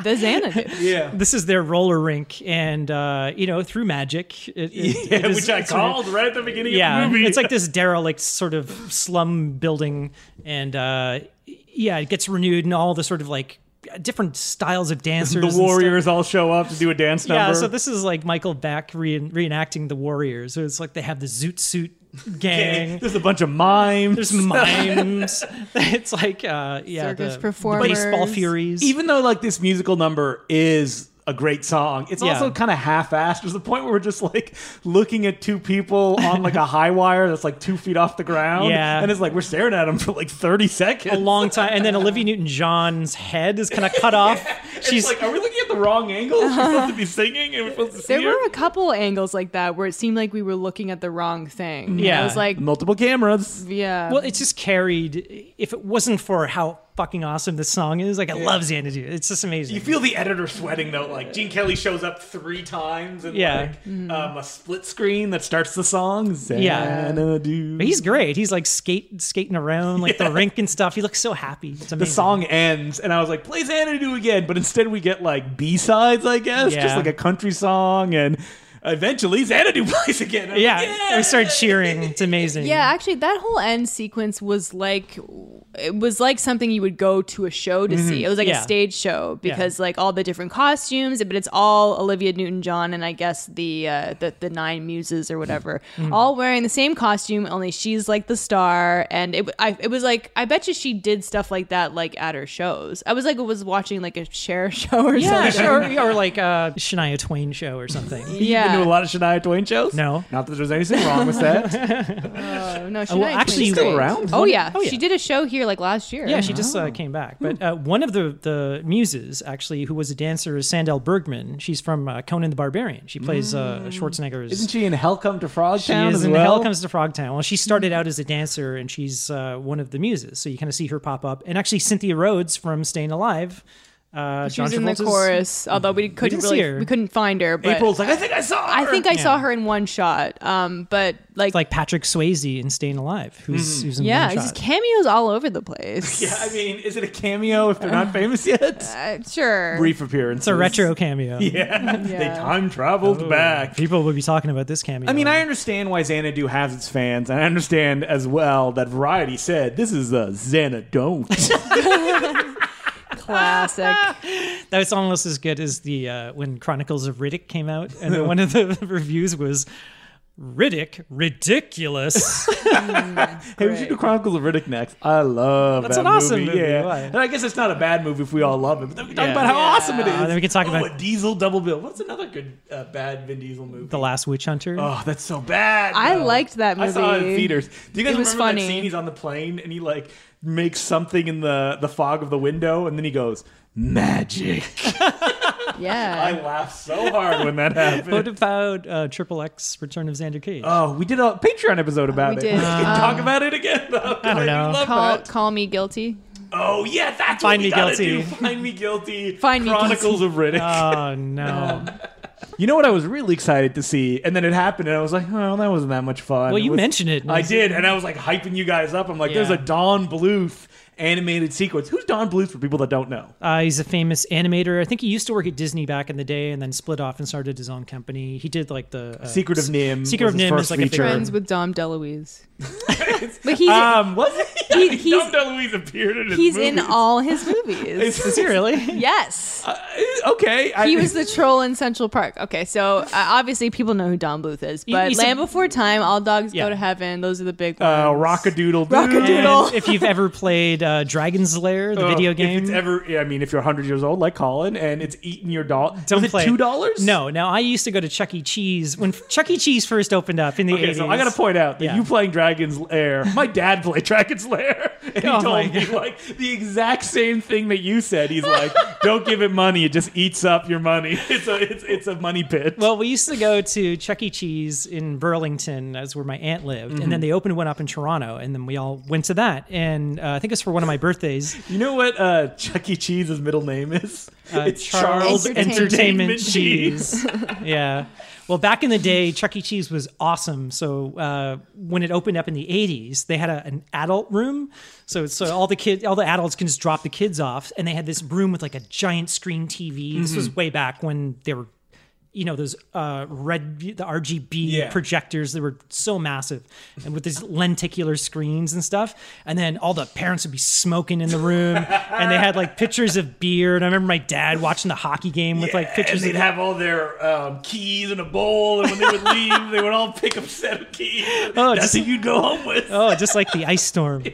the Xanadu. yeah. This is their roller rink, and uh, you know, through magic, it, it- it is- which I it's sort of- called right at the beginning yeah, of the movie. it's like this derelict sort of slum building, and uh, yeah, it gets renewed, and all the sort of like different styles of dancers. and the stuff. Warriors all show up to do a dance number. Yeah, so this is like Michael Beck re- reenacting the Warriors. So it's like they have the Zoot Suit gang. There's a bunch of mimes. There's mimes. it's like uh, yeah, Circus the, the performers. baseball furies. even though like this musical number is a great song. It's Yeah. also kind of half-assed. There's a point where we're just like looking at two people on like a high wire that's like two feet off the ground. Yeah. and it's like we're staring at them for like 30 seconds. a long time. And then Olivia Newton John's head is kind of cut off. She's She's like, are we looking at the wrong angle? We're supposed to be singing, and we're supposed to see There her? were a couple angles like that where it seemed like we were looking at the wrong thing. Yeah. I was like, multiple cameras. yeah. well, it's just carried. If it wasn't for how fucking awesome this song is, like I love Xanadu. It's just amazing. You feel the editor sweating though. Like Gene Kelly shows up three times and Yeah. Mm-hmm. like um, a split screen that starts the song. Yeah. Xanadu. But he's great. He's like skate skating around like the rink and stuff. He looks so happy. It's the amazing. song ends, and I was like, "Play Xanadu again," but instead we get like B sides, I guess, Yeah. just like a country song, and eventually Xanadu plays again. I was Yeah, like, we started cheering. It's amazing. yeah, actually, that whole end sequence was like, it was like something you would go to a show to see. It was like Mm-hmm. Yeah. a stage show because like all the different costumes, but it's all Olivia Newton-John and I guess the uh, the the nine muses or whatever, Mm-hmm. all wearing the same costume. Only she's like the star, and it I, it was like I bet you she did stuff like that like at her shows. I was like was watching like a share show or Yeah, something. sure. Or like a Shania Twain show or something. You Yeah. been to a lot of Shania Twain shows? No. Not that there's anything wrong with that. Oh, no, she Uh, well, actually, still around? Oh yeah. Oh, yeah. she did a show here like last year. Yeah, she just Oh. uh, came back. Hmm. But uh, one of the, the muses, actually, who was a dancer, is Sandel Bergman. She's from uh, Conan the Barbarian. She plays uh, Schwarzenegger's. Hmm. Isn't she in Hell Come to Frog she Town is as in well? Hmm. Hell Comes to Frogtown. Well, she started out as a dancer, and she's uh, one of the muses. So you kind of see her pop up. And actually, Cynthia Rhodes from Staying Alive. Uh, She John was in the Travolta's- chorus, although we couldn't didn't see really her. we couldn't find her. But April's like, I think I saw. I her." think I Yeah. saw her in one shot. Um, but like, Like Patrick Swayze in Staying Alive, Hmm. who's, who's in yeah, one it's just shot. cameos all over the place. Yeah, I mean, is it a cameo if they're not famous yet? Uh, sure. Brief appearance. It's a retro Oh. cameo. Yeah, they Yeah. time traveled back. People will be talking about this cameo. I mean, I understand why Xanadu has its fans, and I understand as well that Variety said this is a Xanadon't. Classic. that was almost as good as the uh, when Chronicles of Riddick came out, and one of the reviews was Riddick ridiculous. Hey, we should do Chronicles of Riddick next. I love That's that an awesome movie, Yeah, why? and I guess it's not a bad movie if we all love it. But then we talk Yeah. about how Yeah. awesome it is. Uh, then we can talk oh, about- a Diesel double bill. What's another good uh, bad Vin Diesel movie? the Last Witch Hunter. oh, that's so bad. I though. liked that I saw it in movie. theaters. Do you guys It was remember that funny. scene? He's on the plane and he like makes something in the the fog of the window, and then he goes magic. I Yeah. laughed so hard when that happened. What about uh, Triple X Return of Xander Cage? Oh, we did a Patreon episode about We it. did. We can Um, talk about it again. Though. I don't know. Love Call that. call me guilty. Oh yeah, that's Find what we me gotta guilty. do. Find me guilty. Find me Chronicles of Riddick. Oh, no. you know what I was really excited to see, and then it happened, and I was like, oh, that wasn't that much fun. well, It you was- mentioned it. I did, and I was like hyping you guys up. I'm like, there's Yeah. a Don Bluth animated sequence. Who's Don Bluth for people that don't know? Uh, he's a famous animator. I think he used to work at Disney back in the day, and then split off and started his own company. He did like the uh, Secret of Nim. Secret was of his Nim is first like a feature. Friends with Dom DeLuise. but he's Um, was it? He- he's- Dom DeLuise appeared in his he's in movies. all his movies. Is he really? yes. Uh, okay, I- he was the troll in Central Park. Okay, so uh, obviously people know who Don Bluth is, but he's a- Land Before Time, All Dogs Yeah. Go to Heaven, those are the big ones. uh, Rockadoodle. Rockadoodle. Doo. Doodle. And if you've ever played uh, Dragon's Lair, the video Ugh, game, Oh, If it's ever, yeah, I mean, if you're 100 years old like Colin and it's eating your doll, Don't was play it it. two dollars? No, now I used to go to Chuck E. Cheese when Chuck E. Cheese first opened up in the Okay, 80s. so I gotta point out that Yeah. you playing Dragon's Lair. My dad played Dragon's Lair, and he Oh my told me like the exact same thing that you said. He's like, "Don't give it money; it just eats up your money. It's a it's it's a money pit." Well, we used to go to Chuck E. Cheese in Burlington, that's where my aunt lived, and Mm-hmm. then they opened one up in Toronto, and then we all went to that. And uh, I think it was for one of my birthdays. you know what uh, Chuck E. Cheese's middle name is? Uh, Entertainment yeah. Well, back in the day, Chuck E. Cheese was awesome. So uh, when it opened up in the '80s, they had a, an adult room. So so all the kids, all the adults can just drop the Mm-hmm. kids off, and they had this room with like a giant screen TV. This was way back when they were you know those uh, red the RGB Yeah. projectors that were so massive, and with these lenticular screens and stuff. And then all the parents would be smoking in the room, and they had like pictures of beer. And I remember my dad watching the hockey game with like pictures and of they'd have all their um, keys in a bowl, and when they would leave, they would all pick up a set of keys. Oh, That's just- what you'd go home with. oh, just like the ice storm.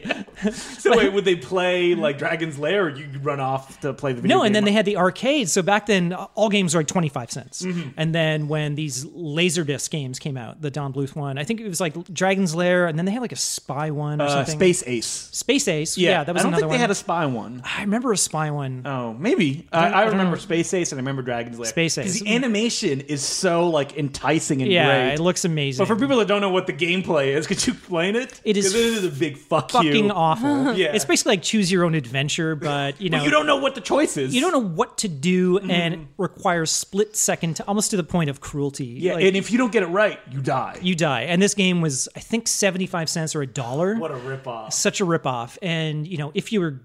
So wait, would they play like Dragon's Lair, or you'd run off to play the video? No, and game? then they had the arcade. So back then, uh, all games were like twenty five cents. Mm-hmm. And then when these Laserdisc games came out, the Don Bluth one, I think it was like Dragon's Lair, and then they had like a spy one or uh, something. Space Ace. Space Ace. Yeah, that was I don't another think one. they had a spy one. I remember a spy one. Oh, maybe I, I, I don't remember know. Space Ace and I remember Dragon's Lair. Space 'Cause Ace. The animation is so like enticing and yeah, great. it looks amazing. but for people that don't know what the gameplay is, could you explain it? It is 'Cause a big fuck fucking you. awful. Yeah. It's basically like choose your own adventure, but you know But you don't Mm-hmm. know what the choice is. you don't know what to do and requires split second to almost to the point of cruelty. Yeah, Like, and if you don't get it right, you die. you die. And this game was I think 75 cents or a dollar. what a ripoff. Such a ripoff. And you know, if you were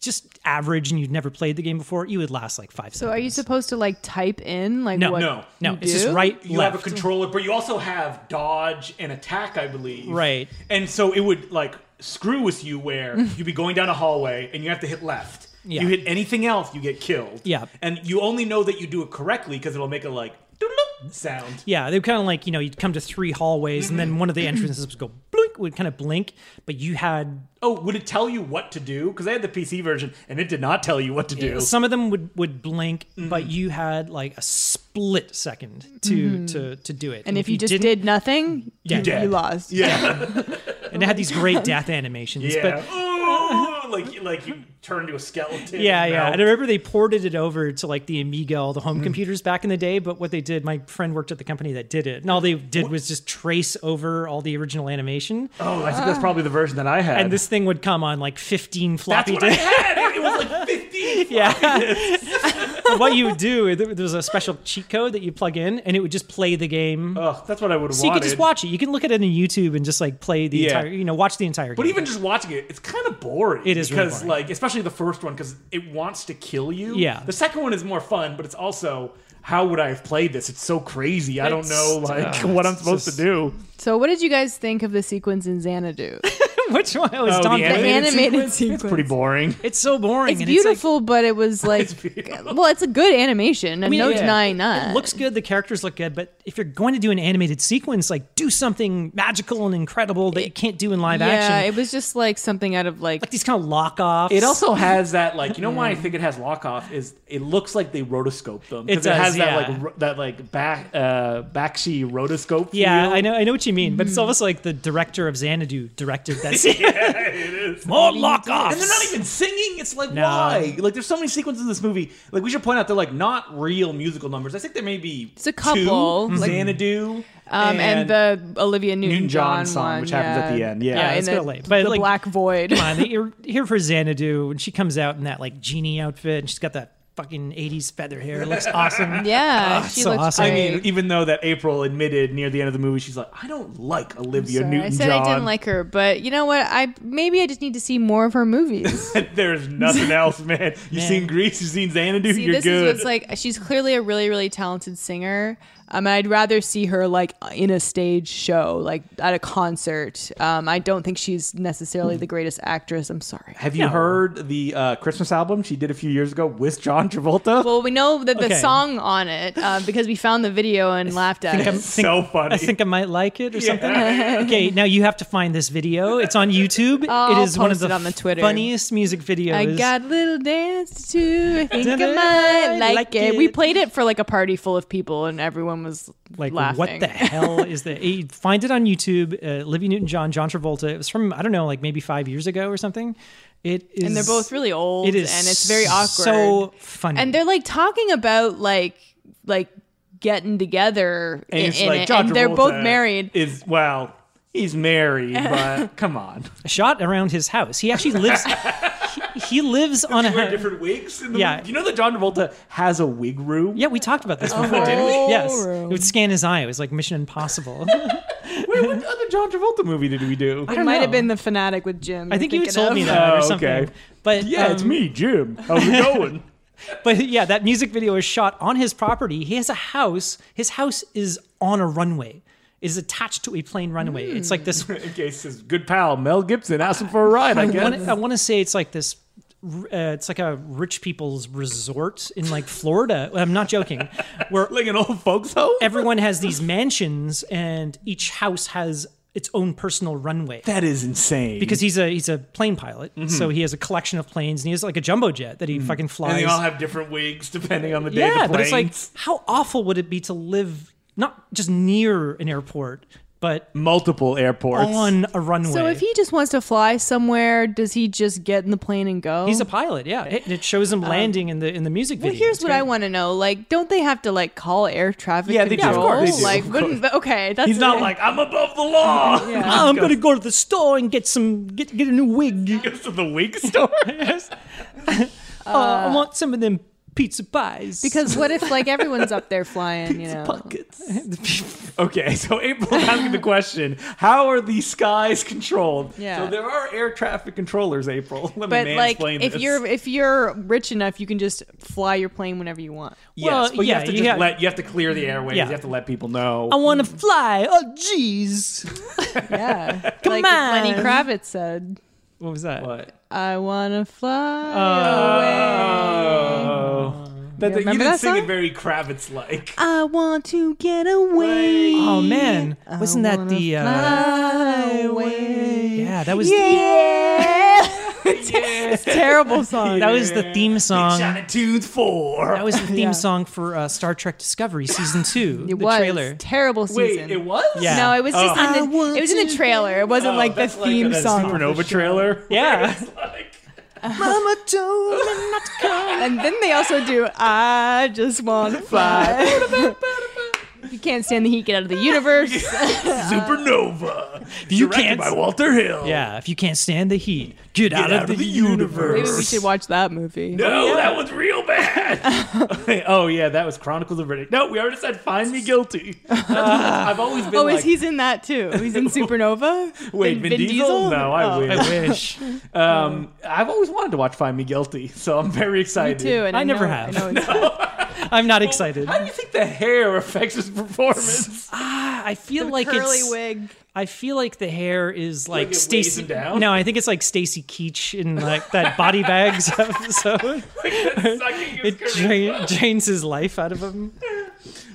just average and you'd never played the game before, you would last like 5 So are you supposed to like type in like No, what? No. No, you it's just do? right You left. have a controller, but you also have dodge and attack, I believe. Right. And so it would like screw with you where you'd be going down a hallway and you have to hit left. Yeah. You hit anything else, you get killed. Yeah. And you only know that you do it correctly because it'll make a like doodle-doo sound. Yeah, they were kind of like you know you'd come to three hallways and Mm-hmm. then one of the entrances would go blink would kind of blink, but you had Oh, would it tell you what to do? Because I had the PC version and it did not tell you what to do. some of them would would blink, but Mm-hmm. you had like a split second to to to do it. Mm-hmm. And if, you, just didn't- did nothing, Yeah. you, Dead. you lost. yeah. and it had these great death animations, yeah. but. Ooh, like like you turn into a skeleton. Yeah, and yeah. melt. And I remember they ported it over to like the Amiga, all the Mm. home computers back in the day. But what they did, my friend worked at the company that did it, and all they did was just trace over all the original animation. Oh, I think that's probably the version that I had. And this thing would come on like 15 that's floppy what I disks. had. It was like 15 Yeah. what you would do, is there there was a special cheat code that you plug in, and it would just play the game. Ugh, that's what I would have so you Uh, wanted. could just watch it. You can look at it on YouTube and just like play the Yeah. entire, you know, watch the entire game. But even just watching it, it's kind of boring. It is really because, boring. like, especially the first one, because it wants to kill you. Yeah. The second one is more fun, but it's also how would I have played this? It's so crazy. I don't It's- know like uh, what I'm it's supposed just- to do. So what did you guys think of the sequence in Xanadu? which one? Oh, it's Oh, Don the The Bluth. Animated animated sequence. It's pretty boring. It's so boring. It's and beautiful, but it was like, beautiful. well, it's a good animation. I'm like, I mean, no it- denying It that. looks good. The characters look good. But if you're going to do an animated sequence, like do something magical and incredible that you can't do in live yeah, action. it was just like something out of like. like these kind of lock offs. It also has that like you know why I think it has lock off is it looks like they rotoscoped them It because it, does, has yeah. that like ro- that like back uh backsheet rotoscope Yeah, feel. I know, I know what you mean, but Hmm. it's almost like the director of Xanadu directed that scene. More lock offs. And they're not even singing. It's like No. why? Like there's so many sequences in this movie. Like we should point out they're like not real musical numbers. I think there may be It's a couple, two, like- Xanadu, Um, and, the Olivia Newton-John Newton-John song, one, which happens at the end, yeah. Yeah, yeah, it's and kinda the, lame, but, the like- black void. Come on, they- you're here for Xanadu, and she comes out in that like genie outfit, and she's got that fucking '80s feather hair. It looks awesome. Yeah, Oh, she so looks awesome. I great. mean, even though that April admitted near the end of the movie, she's like, I don't like Olivia Sorry, I Newton said John. I didn't like her, but you know what? I maybe I just need to see more of her movies. There's nothing else, man. You've Man. seen Grease, you've seen Xanadu, see, you're this good. is what's like. She's clearly a really, really talented singer. Um, and I'd rather see her like in a stage show, like at a concert. Um, I don't think she's necessarily the greatest actress. I'm sorry. Have you No. heard the uh, Christmas album she did a few years ago with John Travolta? Well, we know that the Okay. song on it uh, because we found the video and laughed at I'm- it. think- so funny. I think I might like it or something. Yeah. Okay, now you have to find this video. It's on YouTube. I'll it is one of post the, it on the Twitter. funniest music videos. I got a little dance to I think I Dun-dun-dun, might like, like it. We it. played it for like a party full of people, and everyone was like laughing. what the hell is that? Eh, Find it on YouTube. Uh, Livy Newton-John, John Travolta. It was from I don't know, like maybe five years ago or something. It is, and they're both really old It is and it's very awkward So funny. and they're like talking about like like getting together and in, it's in like it John and they're both Travolta married Is well, he's married, but come on. shot around his house. He actually lives. he, he lives on a. Wear hou- different wigs. In the Yeah. movie? you know that John Travolta has a wig room. Yeah, we talked about this before. did we? Yes, Room. it would scan his eye. It was like Mission Impossible. Wait, what other John Travolta movie did we do? it don't might have know. been the fanatic with jim I think you thinking told of. me that Oh, or okay. something. But yeah, it's um, me, Jim. How's it going? But yeah, that music video is shot on his property. He has a house. His house is on a runway. Is attached to a plane runway. It's like this In case his good pal Mel Gibson asked him for a ride, I I guess. wanna- I want to say it's like this. r- Uh, it's like a rich people's resort in like Florida. I'm not joking. Where like an old folks home. everyone has these mansions, and each house has its own personal runway. that is insane. Because he's a he's a plane pilot, so he has a collection of planes, and he has like a jumbo jet that he fucking flies. Mm-hmm. and they all have different wigs depending on the day. yeah, of the but it's like planes. how awful would it be to live not just near an airport, but multiple airports. on a runway? So if he just wants to fly somewhere, does he just get in the plane and go? he's a pilot, yeah, it, it shows him landing in the in the music Um, well, video. here's It's what great. I want to know. Like, don't they have to like call air traffic Yeah, they do. control? Of course. They do. Like, Of wouldn't okay? That's He's not like I'm above the law. Yeah. I'm gonna go to the store and get some get get a new wig. Goes to the wig store. Uh, I want some of them pizza pies because what if like everyone's up there flying? You know, okay, so April asking the question: How are the skies controlled? Yeah. So there are air traffic controllers. April, let but me like mansplain if this. you're if you're rich enough, you can just fly your plane whenever you want. yes, Well, but you yeah, have to you just have- let you have to clear the airways. Yeah. You have to let people know. I want to fly. Oh, jeez. Yeah, Come like Lenny on. Kravitz said, What was that? What? "I wanna fly away. Oh, that, that, you remember didn't that sing it song? very Kravitz-like. I want to get away." Oh man, I wasn't that wanna the? Uh, fly away. yeah, that was. Yeah. yeah. Terrible song. That was the theme song. China Tunes Four. That was the theme Yeah. song for uh, Star Trek Discovery season two. It the was trailer. terrible Wait, season. it was. Yeah. No, it was just Oh. in the it was in the trailer. It wasn't Oh, like the that's theme that song. Supernova trailer. Yeah. It's like- Mama told me not to come. And then they also do I just want to fly. if you can't stand the heat, get out of the universe. Supernova. you directed can't- by Walter Hill. Yeah, if you can't stand the heat, get, out, of the, universe. Maybe we should watch that movie. No, that was real bad. oh yeah, that was Chronicles of Riddick. No, we already said find me guilty. That's- I've always been Oh, like, is he's in that too? He's in Supernova. wait, Vin, Diesel? No, I Oh. wish. I wish. Um, I've always wanted to watch Find Me Guilty, so I'm very Me excited. too. And I I never know- have. I know it's- I'm not excited. How do you think the hair affects his performance? I feel the like curly it's. wig. I feel like the hair is like, it weighs Stacy. him down? No, I think it's like Stacy Keach in like that body bags episode. Sucking his It dra- drains his life out of him.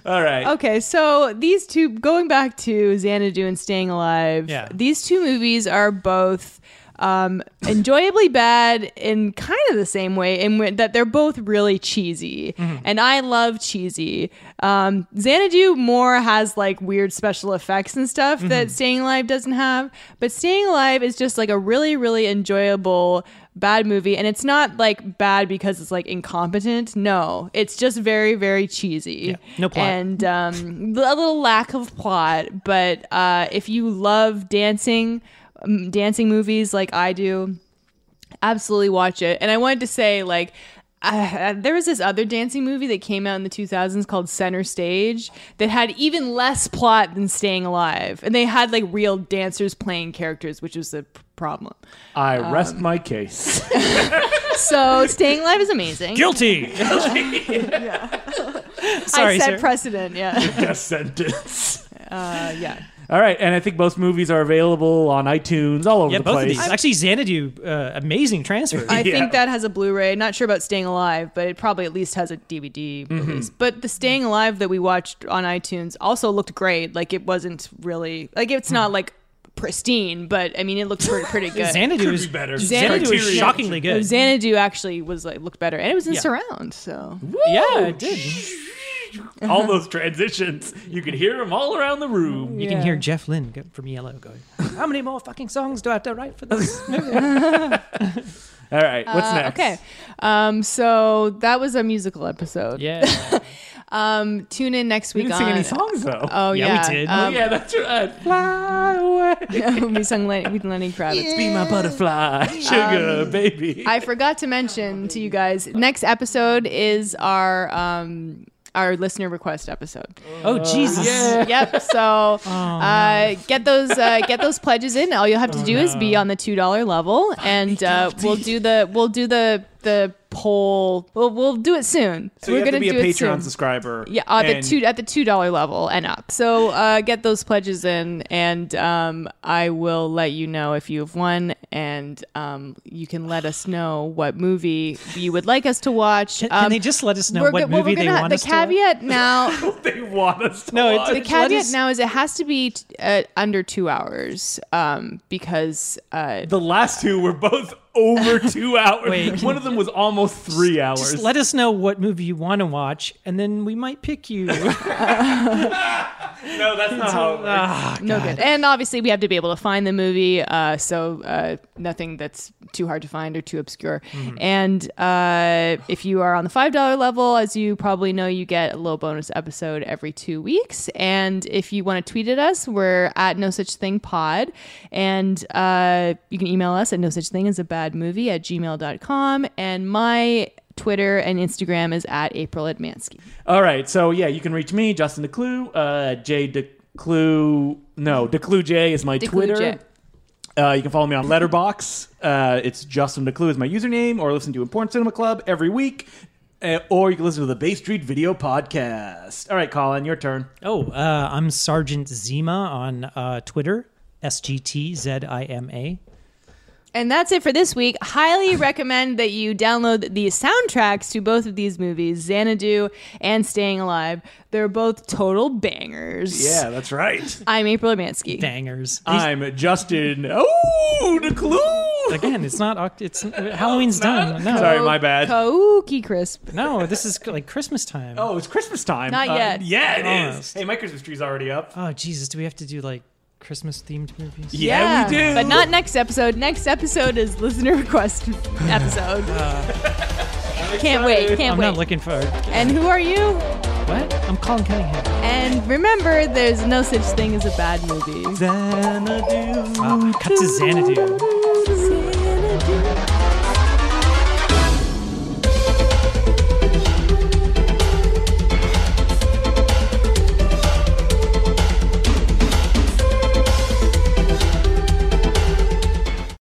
All right. Okay, so these two, going back to Xanadu and Staying Alive, Yeah. these two movies are both um, enjoyably bad in kind of the same way, in wh- that they're both really cheesy. And I love cheesy. Um, Xanadu more has like weird special effects and stuff that Staying Alive doesn't have, but Staying Alive is just like a really, really enjoyable bad movie and it's not like bad because it's like incompetent no it's just very very cheesy no plot. And and um, a little lack of plot. But uh, if you love dancing, um, dancing movies like I do, absolutely watch it. And I wanted to say, like, uh, there was this other dancing movie that came out in the 2000s called Center Stage that had even less plot than Staying Alive. And they had like real dancers playing characters, which was the p- problem. I rest my case. So Staying Alive is amazing. Guilty. I Sorry, set sir. precedent. Yeah. Death sentence. Uh, yeah. All right, and I think most movies are available on iTunes all over yeah, the both of place. these. Actually, Xanadu, uh, amazing transfer. I Yeah. think that has a Blu-ray. Not sure about Staying Alive, but it probably at least has a DVD Mm-hmm. release. But the Staying Alive that we watched on iTunes also looked great. Like it wasn't really like it's not Hmm. like pristine, but I mean it looked pretty, pretty good. Xanadu Could is be better. Xanadu is Criterion. shockingly Oh, good. Xanadu actually was like looked better, and it was in Yeah. surround. So Yeah, it did. all those transitions, you could hear them all around the room. You can hear Jeff Lynne go- from Yellow going, How many more fucking songs do I have to write for this? All right, what's Uh, next? okay, um, so that was a musical episode. yeah. Um, tune in next We week. didn't sing on, any songs though. Oh Yeah, we yeah, did. Oh, Um, yeah, that's right. Fly away, we sung Lenny, we did Lenny Kravitz. be my butterfly, sugar baby. Um, I forgot to mention to you guys next episode is our um our listener request episode. Oh, Jesus. yep. So Oh, uh, get those uh, get those pledges in. Oh, All you'll have to do is be on the two dollar level, and uh, we'll do the we'll do the the poll. Well, we'll do it soon. So We're you have gonna to be do a it soon. Patreon subscriber. Yeah, uh, the and- two at the two dollar level and up. So uh, get those pledges in, and um, I will let you know if you've won, and um, you can let us know what movie you would like us to watch. Can, um, can they just let us know we're what go- well, we're movie they gonna- want the us to? caveat now. They want us to No, it- watch. The Just let caveat us- now is it has to be t- uh, under two hours um, because uh, The last two were both over two hours. Wait, One of them was almost three hours. Just let us know what movie you want to watch, and then we might pick you. no, that's not how it uh, works. Ah, no good. And obviously, we have to be able to find the movie, uh, so uh, nothing that's too hard to find or too obscure. And uh, if you are on the five dollar level, as you probably know, you get a little bonus episode every two weeks. And if you want to tweet at us, we're at No Such Thing Pod, and uh, you can email us at No Such Thing as a Bad Movie at gmail.com. And my Twitter and Instagram is at April Admansky. All right, so yeah, you can reach me, Justin DeClue, uh, J DeClue. No, DeClue J is my DeClue Twitter. J. Uh, you can follow me on Letterbox. Uh, it's Justin DeClue is my username, or listen to Important Cinema Club every week, uh, or you can listen to the Bay Street Video Podcast. All right, Colin, your turn. Oh, uh, I'm Sergeant Zima on uh, Twitter, S G T Z I M A. And that's it for this week. Highly recommend that you download the soundtracks to both of these movies, Xanadu and Staying Alive. They're both total bangers. that's right. I'm April Amansky. Bangers. I'm Justin. Oh, DeClue. Again, it's not. Oct- It's uh, Halloween's done. No, Sorry, my bad. Kaookie Crisp. no, this is like Christmas time. Oh, it's Christmas time. Not Uh, yet. yeah, it is. Almost. Hey, my Christmas tree's already up. Oh, Jesus, do we have to do like Christmas themed movies? Yeah, we do. But not next episode. Next episode is listener request episode. can't wait. Can't Uh, I'm wait. not looking for and who are you? what? I'm Colin Cunningham. And remember, there's no such thing as a bad movie. Ah, cut to Xanadu. Xanadu.